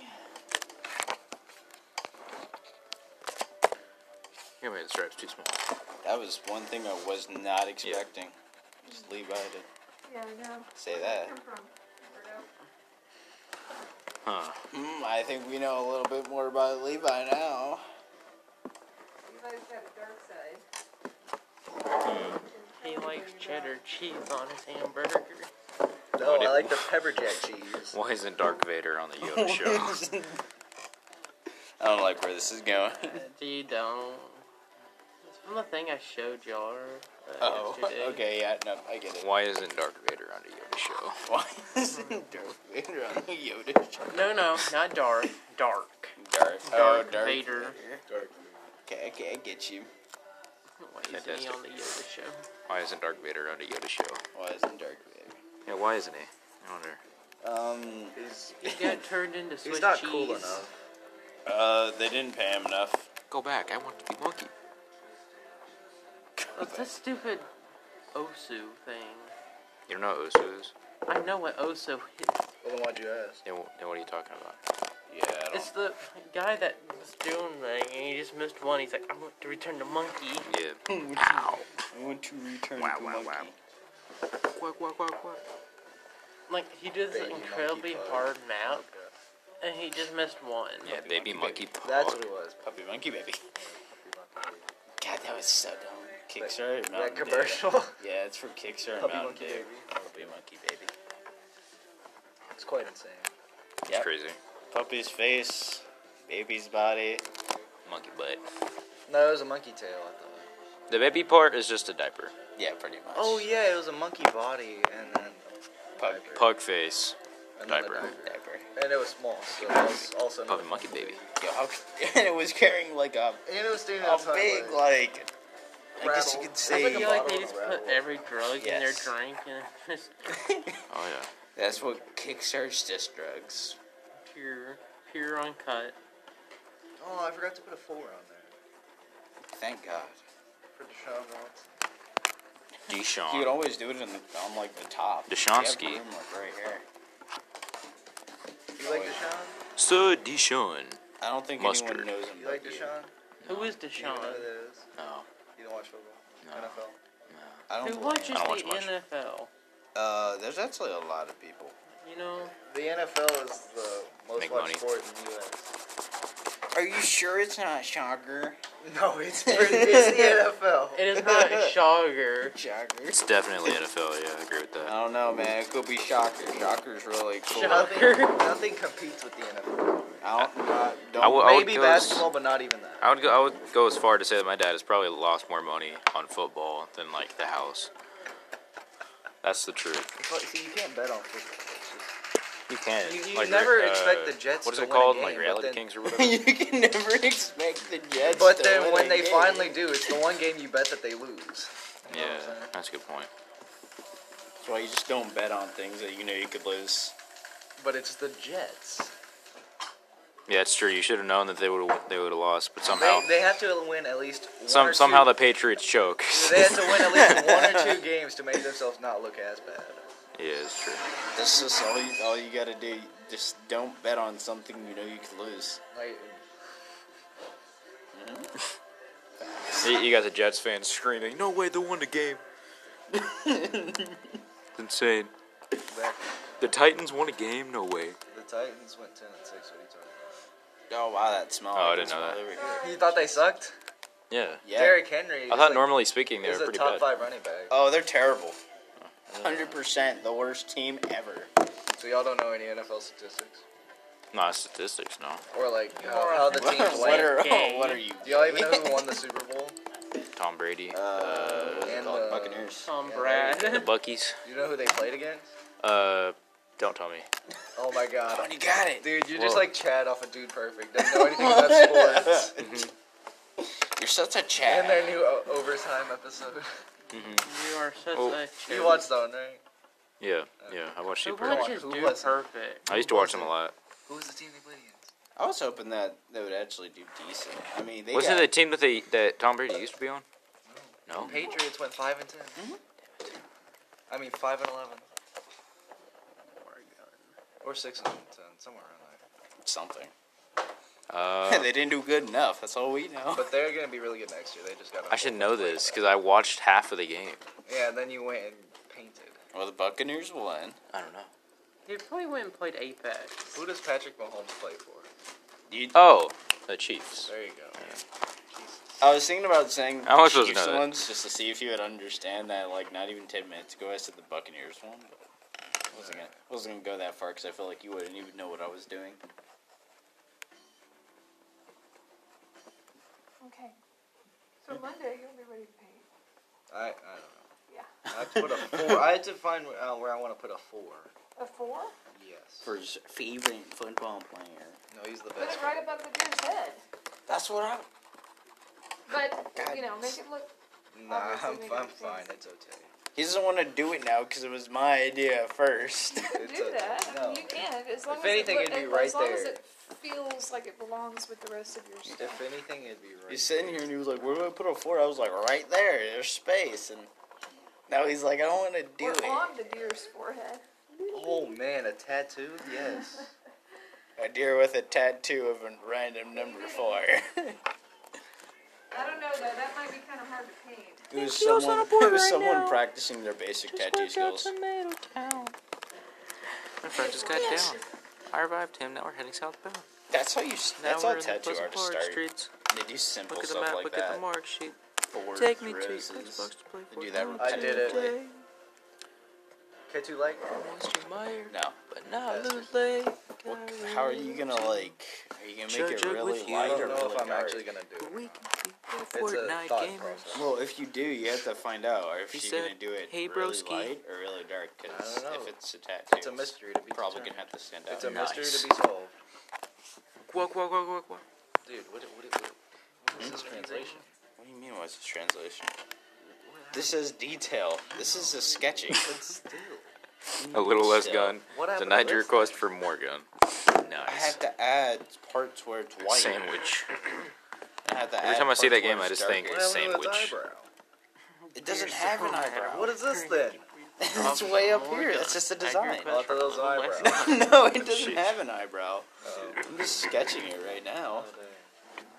[SPEAKER 2] You made the stripes too small.
[SPEAKER 1] That was one thing I was not expecting. Just Levi to
[SPEAKER 6] Yeah, I know.
[SPEAKER 1] say that.
[SPEAKER 6] from?
[SPEAKER 2] Huh.
[SPEAKER 1] Hmm, I think we know a little bit more about Levi now.
[SPEAKER 6] You guys have a dark side.
[SPEAKER 4] He likes cheddar cheese on his hamburger.
[SPEAKER 3] No,
[SPEAKER 2] What
[SPEAKER 3] I
[SPEAKER 2] it-
[SPEAKER 3] like the pepper jack cheese.
[SPEAKER 2] Why isn't Dark Vader on the Yoda show?
[SPEAKER 1] I don't like where this is going.
[SPEAKER 4] Do you don't? It's from the thing I showed y'all uh,
[SPEAKER 1] Oh,
[SPEAKER 4] yesterday.
[SPEAKER 1] okay, yeah, no, I get it.
[SPEAKER 2] Why isn't Darth Vader on the Yoda show?
[SPEAKER 1] Why isn't Darth Vader on the Yoda show?
[SPEAKER 4] No, no, not dark. Dark.
[SPEAKER 1] Darth,
[SPEAKER 4] Dark
[SPEAKER 1] oh, Darth
[SPEAKER 4] Vader.
[SPEAKER 1] Okay, okay, I get you.
[SPEAKER 4] Why isn't he
[SPEAKER 2] Fantastic.
[SPEAKER 4] on the Yoda show?
[SPEAKER 2] Why isn't Darth Vader on the Yoda show?
[SPEAKER 1] Why isn't Darth Vader?
[SPEAKER 2] Yeah, why isn't he? I wonder.
[SPEAKER 1] Um,
[SPEAKER 3] He's,
[SPEAKER 4] He got turned into Swiss
[SPEAKER 3] he's not
[SPEAKER 4] cheese.
[SPEAKER 3] cool enough.
[SPEAKER 1] uh, they didn't pay him enough.
[SPEAKER 2] Go back. I want to be monkey.
[SPEAKER 4] What's that stupid Osu thing?
[SPEAKER 2] You don't know what Osu is?
[SPEAKER 4] I know what Osu is.
[SPEAKER 3] Well, then why'd you ask?
[SPEAKER 2] Then, wh- then what are you talking about?
[SPEAKER 1] Yeah, I don't.
[SPEAKER 4] It's the guy that was doing thing and he just missed one. He's like, I want to return to monkey.
[SPEAKER 2] Yeah.
[SPEAKER 1] Ow. I want to return
[SPEAKER 2] Wow,
[SPEAKER 1] to
[SPEAKER 2] wow,
[SPEAKER 1] monkey.
[SPEAKER 2] wow. Quack, quack, quack, quack.
[SPEAKER 4] Like he does an
[SPEAKER 3] Baby monkey
[SPEAKER 4] incredibly
[SPEAKER 3] pug.
[SPEAKER 4] hard map and he just missed one.
[SPEAKER 2] Yeah, baby monkey. pug.
[SPEAKER 3] That's what it was.
[SPEAKER 1] Puppy monkey baby. God, that was so dumb. Kickstarter.
[SPEAKER 3] That
[SPEAKER 1] Mountain Dew.
[SPEAKER 3] commercial.
[SPEAKER 1] Yeah, it's from Kickstarter.
[SPEAKER 3] Puppy
[SPEAKER 1] Mountain
[SPEAKER 3] Monkey
[SPEAKER 1] Dew.
[SPEAKER 3] Baby.
[SPEAKER 1] Puppy monkey baby.
[SPEAKER 3] it's quite insane.
[SPEAKER 2] It's
[SPEAKER 1] Yep.
[SPEAKER 2] crazy.
[SPEAKER 1] Puppy's face, baby's body.
[SPEAKER 2] Monkey butt.
[SPEAKER 3] No, it was a monkey tail. I thought.
[SPEAKER 2] The baby part is just a diaper.
[SPEAKER 1] Yeah, pretty much.
[SPEAKER 3] Oh yeah, it was a monkey body and then
[SPEAKER 1] Pug.
[SPEAKER 3] diaper.
[SPEAKER 2] Pug face.
[SPEAKER 3] And then a
[SPEAKER 2] diaper.
[SPEAKER 1] Diaper.
[SPEAKER 3] And it was small, so that was also another
[SPEAKER 2] Puppy monkey baby.
[SPEAKER 1] Yo, how, and it was carrying like a,
[SPEAKER 3] And it was doing
[SPEAKER 1] a
[SPEAKER 3] that time,
[SPEAKER 1] big
[SPEAKER 3] like,
[SPEAKER 1] like. I guess
[SPEAKER 3] rattle.
[SPEAKER 1] you could
[SPEAKER 4] I
[SPEAKER 1] say
[SPEAKER 4] feel like they
[SPEAKER 3] bottle
[SPEAKER 4] just
[SPEAKER 3] of
[SPEAKER 4] put
[SPEAKER 3] Red Bull.
[SPEAKER 4] every drug in their
[SPEAKER 1] Yes.
[SPEAKER 4] drink and it's just
[SPEAKER 2] Oh yeah.
[SPEAKER 1] that's what Kickstarter's just drugs.
[SPEAKER 4] pure, pure uncut.
[SPEAKER 3] Oh, I forgot to put a four on there
[SPEAKER 1] Thank God.
[SPEAKER 3] for Deshaun Watson.
[SPEAKER 1] You could
[SPEAKER 2] Deshaun.
[SPEAKER 1] always do it in the, on like the top.
[SPEAKER 2] Deshonsky.
[SPEAKER 1] You have room, like, right here.
[SPEAKER 3] You like
[SPEAKER 1] Oh, yeah.
[SPEAKER 3] Deshaun?
[SPEAKER 2] Sir Deshaun.
[SPEAKER 1] I don't think
[SPEAKER 2] Mustard.
[SPEAKER 1] anyone knows him.
[SPEAKER 3] You like
[SPEAKER 1] but you.
[SPEAKER 3] Deshaun?
[SPEAKER 4] Who is
[SPEAKER 3] You know
[SPEAKER 4] Deshaun?
[SPEAKER 3] who that is?
[SPEAKER 2] No.
[SPEAKER 3] You don't watch football?
[SPEAKER 2] No.
[SPEAKER 3] NFL?
[SPEAKER 1] I don't
[SPEAKER 4] Who
[SPEAKER 1] blame
[SPEAKER 4] watches
[SPEAKER 1] you.
[SPEAKER 4] the
[SPEAKER 2] I don't watch much.
[SPEAKER 4] NFL?
[SPEAKER 1] Uh, there's actually a lot of people.
[SPEAKER 4] You know,
[SPEAKER 3] The NFL is the most
[SPEAKER 2] Make
[SPEAKER 3] watched
[SPEAKER 2] money.
[SPEAKER 3] sport in the U.S.
[SPEAKER 1] Are you sure it's not Shocker?
[SPEAKER 3] No, it's, it's the NFL.
[SPEAKER 4] it is not Shogger.
[SPEAKER 1] Shocker.
[SPEAKER 2] It's definitely NFL. Yeah, I agree with
[SPEAKER 1] I
[SPEAKER 2] that.
[SPEAKER 1] don't know, man. It could be Shocker. Shocker's really cool.
[SPEAKER 4] Shock-
[SPEAKER 3] Nothing, nothing competes with the NFL.
[SPEAKER 1] I don't. Not, don't
[SPEAKER 2] I will- I would
[SPEAKER 3] Maybe
[SPEAKER 2] go s-
[SPEAKER 3] basketball, but not even that.
[SPEAKER 2] I would go. I would go as far to say that my dad has probably lost more money on football than like the house. That's the truth.
[SPEAKER 3] It's like- See, you can't bet on football. It's just-
[SPEAKER 2] You can. uh,
[SPEAKER 3] You- you never expect the Jets
[SPEAKER 2] What is
[SPEAKER 3] to
[SPEAKER 2] it
[SPEAKER 3] win a
[SPEAKER 2] called?
[SPEAKER 3] game,
[SPEAKER 2] like
[SPEAKER 3] but
[SPEAKER 2] Reality
[SPEAKER 3] then-
[SPEAKER 2] Kings or whatever.
[SPEAKER 1] you can never expect the Jets.
[SPEAKER 3] But
[SPEAKER 1] to
[SPEAKER 3] then
[SPEAKER 1] win
[SPEAKER 3] when
[SPEAKER 1] a
[SPEAKER 3] they
[SPEAKER 1] game.
[SPEAKER 3] finally do, it's the one game you bet that they lose. You know uh,
[SPEAKER 2] yeah,
[SPEAKER 3] what I'm saying?
[SPEAKER 2] that's a good point.
[SPEAKER 1] that's why you just don't bet on things that you know you could lose.
[SPEAKER 3] But it's the Jets.
[SPEAKER 2] Yeah, it's true. You should have known that they would they would have lost, but somehow
[SPEAKER 3] They, they have to win at least one or
[SPEAKER 2] some somehow
[SPEAKER 3] two,
[SPEAKER 2] the Patriots choke.
[SPEAKER 3] they have to win at least one or two games to make themselves not look as bad.
[SPEAKER 2] yeah, it's true.
[SPEAKER 1] That's just all you, all you gotta do. Just don't bet on something you know you could lose.
[SPEAKER 3] Like
[SPEAKER 2] You, you got the Jets fans screaming, "No way! They won the game!" it's insane.
[SPEAKER 3] back
[SPEAKER 2] The Titans won a game. No way.
[SPEAKER 3] the Titans went ten and six. What are you talking
[SPEAKER 1] Oh wow, that smell.
[SPEAKER 2] Oh, I
[SPEAKER 1] can
[SPEAKER 2] didn't know
[SPEAKER 1] smell
[SPEAKER 2] that.
[SPEAKER 1] everywhere.
[SPEAKER 3] about? You thought they sucked?
[SPEAKER 2] Yeah.
[SPEAKER 1] Yeah.
[SPEAKER 3] Derrick Henry.
[SPEAKER 2] I
[SPEAKER 3] is
[SPEAKER 2] thought
[SPEAKER 3] like-
[SPEAKER 2] normally speaking they were
[SPEAKER 3] is a
[SPEAKER 2] pretty
[SPEAKER 3] top
[SPEAKER 2] bad.
[SPEAKER 3] five running back.
[SPEAKER 1] Oh, they're terrible. Hundred percent, the worst team ever.
[SPEAKER 3] So y'all don't know any NFL statistics
[SPEAKER 2] Not statistics, no.
[SPEAKER 3] or like how, how the
[SPEAKER 1] What,
[SPEAKER 3] teams
[SPEAKER 1] what
[SPEAKER 3] went.
[SPEAKER 1] are oh, what are you?
[SPEAKER 3] Do y'all even know who won the Super Bowl?
[SPEAKER 2] Tom Brady,
[SPEAKER 1] Uh, what's it
[SPEAKER 3] And,
[SPEAKER 1] called?
[SPEAKER 3] uh,
[SPEAKER 1] Buccaneers.
[SPEAKER 4] Tom
[SPEAKER 3] Yeah,
[SPEAKER 2] the
[SPEAKER 4] Brad.
[SPEAKER 2] Buckies.
[SPEAKER 3] Do you know who they played against?
[SPEAKER 2] Uh, don't tell me.
[SPEAKER 3] Oh my God.
[SPEAKER 1] you got it.
[SPEAKER 3] Dude, you're just
[SPEAKER 2] Whoa.
[SPEAKER 3] like Chad off of Dude Perfect. Doesn't know anything about sports.
[SPEAKER 1] You're such a
[SPEAKER 3] And their
[SPEAKER 1] chat.
[SPEAKER 3] new o- overtime episode.
[SPEAKER 4] You are such
[SPEAKER 2] Oh.
[SPEAKER 4] a.
[SPEAKER 3] you
[SPEAKER 4] cherub.
[SPEAKER 3] watched that one, right?
[SPEAKER 2] Yeah, yeah. I watched
[SPEAKER 4] Who
[SPEAKER 2] Super Bowl.
[SPEAKER 4] watches
[SPEAKER 3] Who
[SPEAKER 4] Dude
[SPEAKER 3] was it?
[SPEAKER 4] Perfect?
[SPEAKER 2] I used to watch them a lot.
[SPEAKER 3] Who was the team they played against?
[SPEAKER 1] I was hoping that they would actually do decent. I mean, they
[SPEAKER 2] Wasn't
[SPEAKER 1] got,
[SPEAKER 2] it the team that they that Tom Brady used to be on? No.
[SPEAKER 3] Patriots went five and 10
[SPEAKER 2] Mm-hmm.
[SPEAKER 3] I mean five and eleven. Or six and ten, somewhere around there.
[SPEAKER 1] something.
[SPEAKER 2] Uh,
[SPEAKER 1] they didn't do good enough. That's all we know.
[SPEAKER 3] But they're gonna be really good next year. They just got.
[SPEAKER 2] I should know this because I watched half of the game.
[SPEAKER 3] Yeah, and then you went and painted.
[SPEAKER 1] Well, the Buccaneers won.
[SPEAKER 2] I don't know.
[SPEAKER 4] They probably went and played Apex.
[SPEAKER 3] Who does Patrick Mahomes play for?
[SPEAKER 2] Oh, the Chiefs.
[SPEAKER 3] There you go.
[SPEAKER 1] I was thinking about saying
[SPEAKER 2] I was supposed to
[SPEAKER 1] Chiefs
[SPEAKER 2] know that.
[SPEAKER 1] ones just to see if you would understand that. Like, not even ten minutes ago, I said the Buccaneers one. But I wasn't gonna wasn't gonna go that far because I felt like you wouldn't even know what I was doing.
[SPEAKER 5] Okay. So Monday, you'll be ready to paint.
[SPEAKER 3] I, I don't
[SPEAKER 5] Yeah.
[SPEAKER 3] know. I have to put a four. I had to find uh, where I want to put a four.
[SPEAKER 5] A four?
[SPEAKER 3] Yes.
[SPEAKER 1] For his favorite football player.
[SPEAKER 3] No, he's the
[SPEAKER 5] Put
[SPEAKER 3] best.
[SPEAKER 5] it right above the dude's head.
[SPEAKER 1] That's what I.
[SPEAKER 5] But, you know, make it look,
[SPEAKER 3] Nah, I'm,
[SPEAKER 5] Obviously,
[SPEAKER 3] I'm
[SPEAKER 5] we
[SPEAKER 3] fine.
[SPEAKER 5] got
[SPEAKER 3] It's okay.
[SPEAKER 1] He doesn't want to do it now because it was my idea first.
[SPEAKER 5] you can
[SPEAKER 3] It's
[SPEAKER 5] do
[SPEAKER 3] okay.
[SPEAKER 5] that. I mean,
[SPEAKER 3] No.
[SPEAKER 5] you can, as long as.
[SPEAKER 3] anything,
[SPEAKER 5] it,
[SPEAKER 3] it'd be
[SPEAKER 5] look-
[SPEAKER 3] right
[SPEAKER 5] As long as
[SPEAKER 3] there.
[SPEAKER 5] it feels like it belongs with the rest of your
[SPEAKER 3] If
[SPEAKER 5] stuff.
[SPEAKER 3] anything, it'd be right.
[SPEAKER 1] He's sitting here and he was like, "Where do I put a four? I was like, "Right there. There's space." And now he's like, "I don't want to do
[SPEAKER 5] Or
[SPEAKER 1] it."
[SPEAKER 5] on the deer's forehead.
[SPEAKER 3] Oh man, a tattoo? Yes.
[SPEAKER 1] A deer with a tattoo of a random number four. it
[SPEAKER 6] I don't know though, that might be kinda hard to paint.
[SPEAKER 1] was someone. It was someone practicing their basic tattoo skills.
[SPEAKER 2] Tomato Town. My friend just got down. I revived him. Now we're heading southbound.
[SPEAKER 1] That's how you. s-
[SPEAKER 2] Now
[SPEAKER 1] That's
[SPEAKER 2] we're
[SPEAKER 1] how
[SPEAKER 2] in the
[SPEAKER 1] tattoo
[SPEAKER 2] Pleasant
[SPEAKER 1] artists
[SPEAKER 2] Park
[SPEAKER 1] start.
[SPEAKER 2] streets.
[SPEAKER 1] They do simple
[SPEAKER 2] Look at the
[SPEAKER 1] stuff
[SPEAKER 2] map.
[SPEAKER 1] like
[SPEAKER 2] look
[SPEAKER 1] that.
[SPEAKER 2] at the mark sheet.
[SPEAKER 1] Boards,
[SPEAKER 2] Take me
[SPEAKER 1] roses.
[SPEAKER 2] to Xbox to play
[SPEAKER 1] They do that
[SPEAKER 2] Fortnite
[SPEAKER 3] I did it.
[SPEAKER 2] today.
[SPEAKER 3] Can't you like?
[SPEAKER 2] Monster Meyer,
[SPEAKER 1] No.
[SPEAKER 2] but not
[SPEAKER 3] Bastard.
[SPEAKER 2] lose late.
[SPEAKER 1] What, how are you gonna like? Are you gonna make
[SPEAKER 2] Judge
[SPEAKER 1] it
[SPEAKER 2] it
[SPEAKER 1] really
[SPEAKER 2] with you.
[SPEAKER 3] I
[SPEAKER 1] light
[SPEAKER 3] don't
[SPEAKER 1] or
[SPEAKER 3] know if
[SPEAKER 1] really
[SPEAKER 3] I'm
[SPEAKER 1] dark?
[SPEAKER 3] actually gonna do
[SPEAKER 2] We
[SPEAKER 3] it.
[SPEAKER 2] can be a
[SPEAKER 3] It's a
[SPEAKER 2] Fortnite
[SPEAKER 3] thought
[SPEAKER 2] gamers.
[SPEAKER 3] process.
[SPEAKER 1] Well, if you do, you have to find out. Or if
[SPEAKER 2] He
[SPEAKER 1] you're
[SPEAKER 2] said,
[SPEAKER 1] gonna do it
[SPEAKER 2] "Hey,
[SPEAKER 1] really
[SPEAKER 2] broski."
[SPEAKER 1] light or really dark, because
[SPEAKER 3] I don't know.
[SPEAKER 1] if it's a tattoo,
[SPEAKER 3] It's a mystery to be
[SPEAKER 1] Probably gonna
[SPEAKER 3] determined.
[SPEAKER 1] have to send out.
[SPEAKER 3] It's a
[SPEAKER 1] nice.
[SPEAKER 3] mystery to be solved.
[SPEAKER 2] Walk, walk, walk, walk, walk.
[SPEAKER 3] Dude, what? What? What, what is this translation?
[SPEAKER 1] What do you mean? What's this translation? This is detail. This is a sketching.
[SPEAKER 3] But still,
[SPEAKER 2] A little less
[SPEAKER 1] So,
[SPEAKER 2] gun.
[SPEAKER 3] what happened?
[SPEAKER 2] Denied
[SPEAKER 3] to
[SPEAKER 2] your
[SPEAKER 3] this?
[SPEAKER 2] request for more gun.
[SPEAKER 1] I
[SPEAKER 2] Nice.
[SPEAKER 1] have to add parts where it's white.
[SPEAKER 2] Sandwich.
[SPEAKER 1] I have to
[SPEAKER 2] Every
[SPEAKER 1] add
[SPEAKER 2] time I
[SPEAKER 1] parts
[SPEAKER 2] see that
[SPEAKER 1] where
[SPEAKER 2] game, I
[SPEAKER 1] it's
[SPEAKER 2] just think-
[SPEAKER 3] What
[SPEAKER 1] darker.
[SPEAKER 3] happened to its
[SPEAKER 2] Sandwich.
[SPEAKER 3] eyebrow?
[SPEAKER 1] it doesn't have an eyebrow.
[SPEAKER 3] What is this then?
[SPEAKER 1] It's way up here. That's just a
[SPEAKER 4] Add your
[SPEAKER 1] design.
[SPEAKER 3] Both of those eyebrows.
[SPEAKER 1] no, it doesn't
[SPEAKER 2] Shit.
[SPEAKER 1] have an eyebrow. I'm just sketching it right now.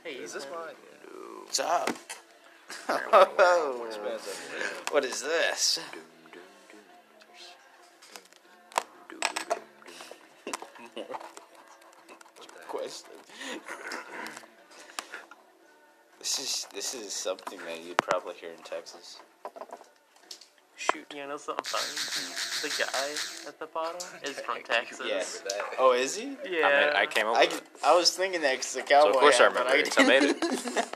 [SPEAKER 4] Hey,
[SPEAKER 3] Oh, Is this
[SPEAKER 4] uh,
[SPEAKER 3] mine?
[SPEAKER 1] What's up? Oh.
[SPEAKER 3] Expensive.
[SPEAKER 1] what is this? Question. This is this is something that you'd probably hear in Texas. Shoot.
[SPEAKER 4] You know something funny? The guy at the bottom is from Texas.
[SPEAKER 1] Yes.
[SPEAKER 3] That-
[SPEAKER 1] Oh, is he?
[SPEAKER 4] Yeah.
[SPEAKER 2] I, mean, I came up
[SPEAKER 1] I,
[SPEAKER 2] with it.
[SPEAKER 1] I was thinking that because the
[SPEAKER 2] So
[SPEAKER 1] cowboy.
[SPEAKER 2] of course I
[SPEAKER 1] hat, but
[SPEAKER 2] remember it. 'cause I
[SPEAKER 1] didn't.
[SPEAKER 2] made it.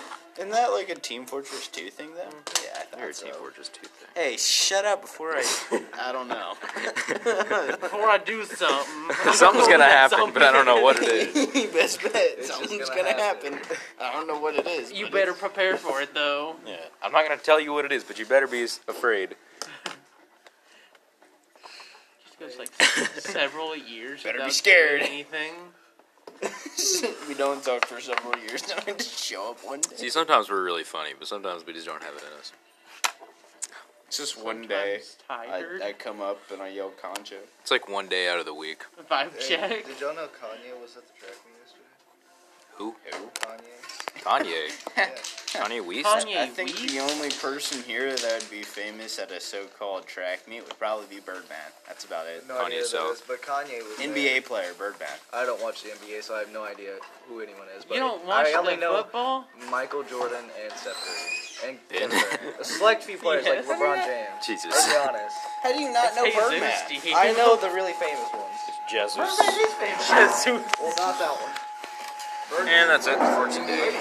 [SPEAKER 1] Isn't that like a Team Fortress 2 thing though? Yeah, I thought
[SPEAKER 2] You're a
[SPEAKER 1] so.
[SPEAKER 2] Team Fortress 2 thing.
[SPEAKER 1] Hey, shut up before I. I don't know.
[SPEAKER 4] Before I do something.
[SPEAKER 2] Something's gonna happen, but I don't know what it is.
[SPEAKER 1] Best bet.
[SPEAKER 3] just
[SPEAKER 1] Something's
[SPEAKER 3] gonna
[SPEAKER 1] gonna
[SPEAKER 3] happen.
[SPEAKER 1] happen. I don't know what it is.
[SPEAKER 4] You
[SPEAKER 1] but
[SPEAKER 4] better
[SPEAKER 1] it's-
[SPEAKER 4] prepare for it though.
[SPEAKER 1] Yeah.
[SPEAKER 2] I'm not gonna tell you what it is, but you better be s- afraid.
[SPEAKER 4] Just goes like s- several years.
[SPEAKER 1] Better be
[SPEAKER 4] without doing
[SPEAKER 1] scared.
[SPEAKER 4] Anything.
[SPEAKER 1] we don't talk for several years now and just show up one day.
[SPEAKER 2] See, sometimes we're really funny, but sometimes we just don't have it in us.
[SPEAKER 1] It's just one day.
[SPEAKER 4] Sometimes
[SPEAKER 1] I,
[SPEAKER 4] Tired.
[SPEAKER 1] I come up and I yell concha.
[SPEAKER 2] It's like one day out of the week.
[SPEAKER 4] Vibe
[SPEAKER 3] Hey,
[SPEAKER 4] check.
[SPEAKER 3] Did y'all know Kanye was at the track meet yesterday?
[SPEAKER 2] Who?
[SPEAKER 1] Who?
[SPEAKER 3] Kanye.
[SPEAKER 2] Kanye.
[SPEAKER 3] Yeah.
[SPEAKER 2] Kanye West.
[SPEAKER 4] Kanye.
[SPEAKER 1] I think
[SPEAKER 4] Weed?
[SPEAKER 1] the only person here that would be famous at a so-called track meet would probably be Birdman. That's about it.
[SPEAKER 3] No
[SPEAKER 2] Kanye
[SPEAKER 3] idea who that
[SPEAKER 2] South.
[SPEAKER 3] is, but Kanye was there.
[SPEAKER 1] NBA player Birdman.
[SPEAKER 3] I don't watch the NBA, so I have no idea who anyone is. But
[SPEAKER 4] You don't watch
[SPEAKER 3] I only
[SPEAKER 4] the
[SPEAKER 3] know
[SPEAKER 4] football?
[SPEAKER 3] Michael Jordan and Steph Curry and
[SPEAKER 2] Yeah.
[SPEAKER 3] Kevin Durant. A select few players like
[SPEAKER 4] Yeah.
[SPEAKER 3] LeBron James. Let's
[SPEAKER 2] Jesus.
[SPEAKER 3] be honest.
[SPEAKER 1] How do you not know
[SPEAKER 4] Hey,
[SPEAKER 1] Birdman?
[SPEAKER 4] Zeus, do you-
[SPEAKER 3] I know the really famous ones.
[SPEAKER 2] Jesus.
[SPEAKER 4] Jesus.
[SPEAKER 3] Well, not that one.
[SPEAKER 2] And that's it for today.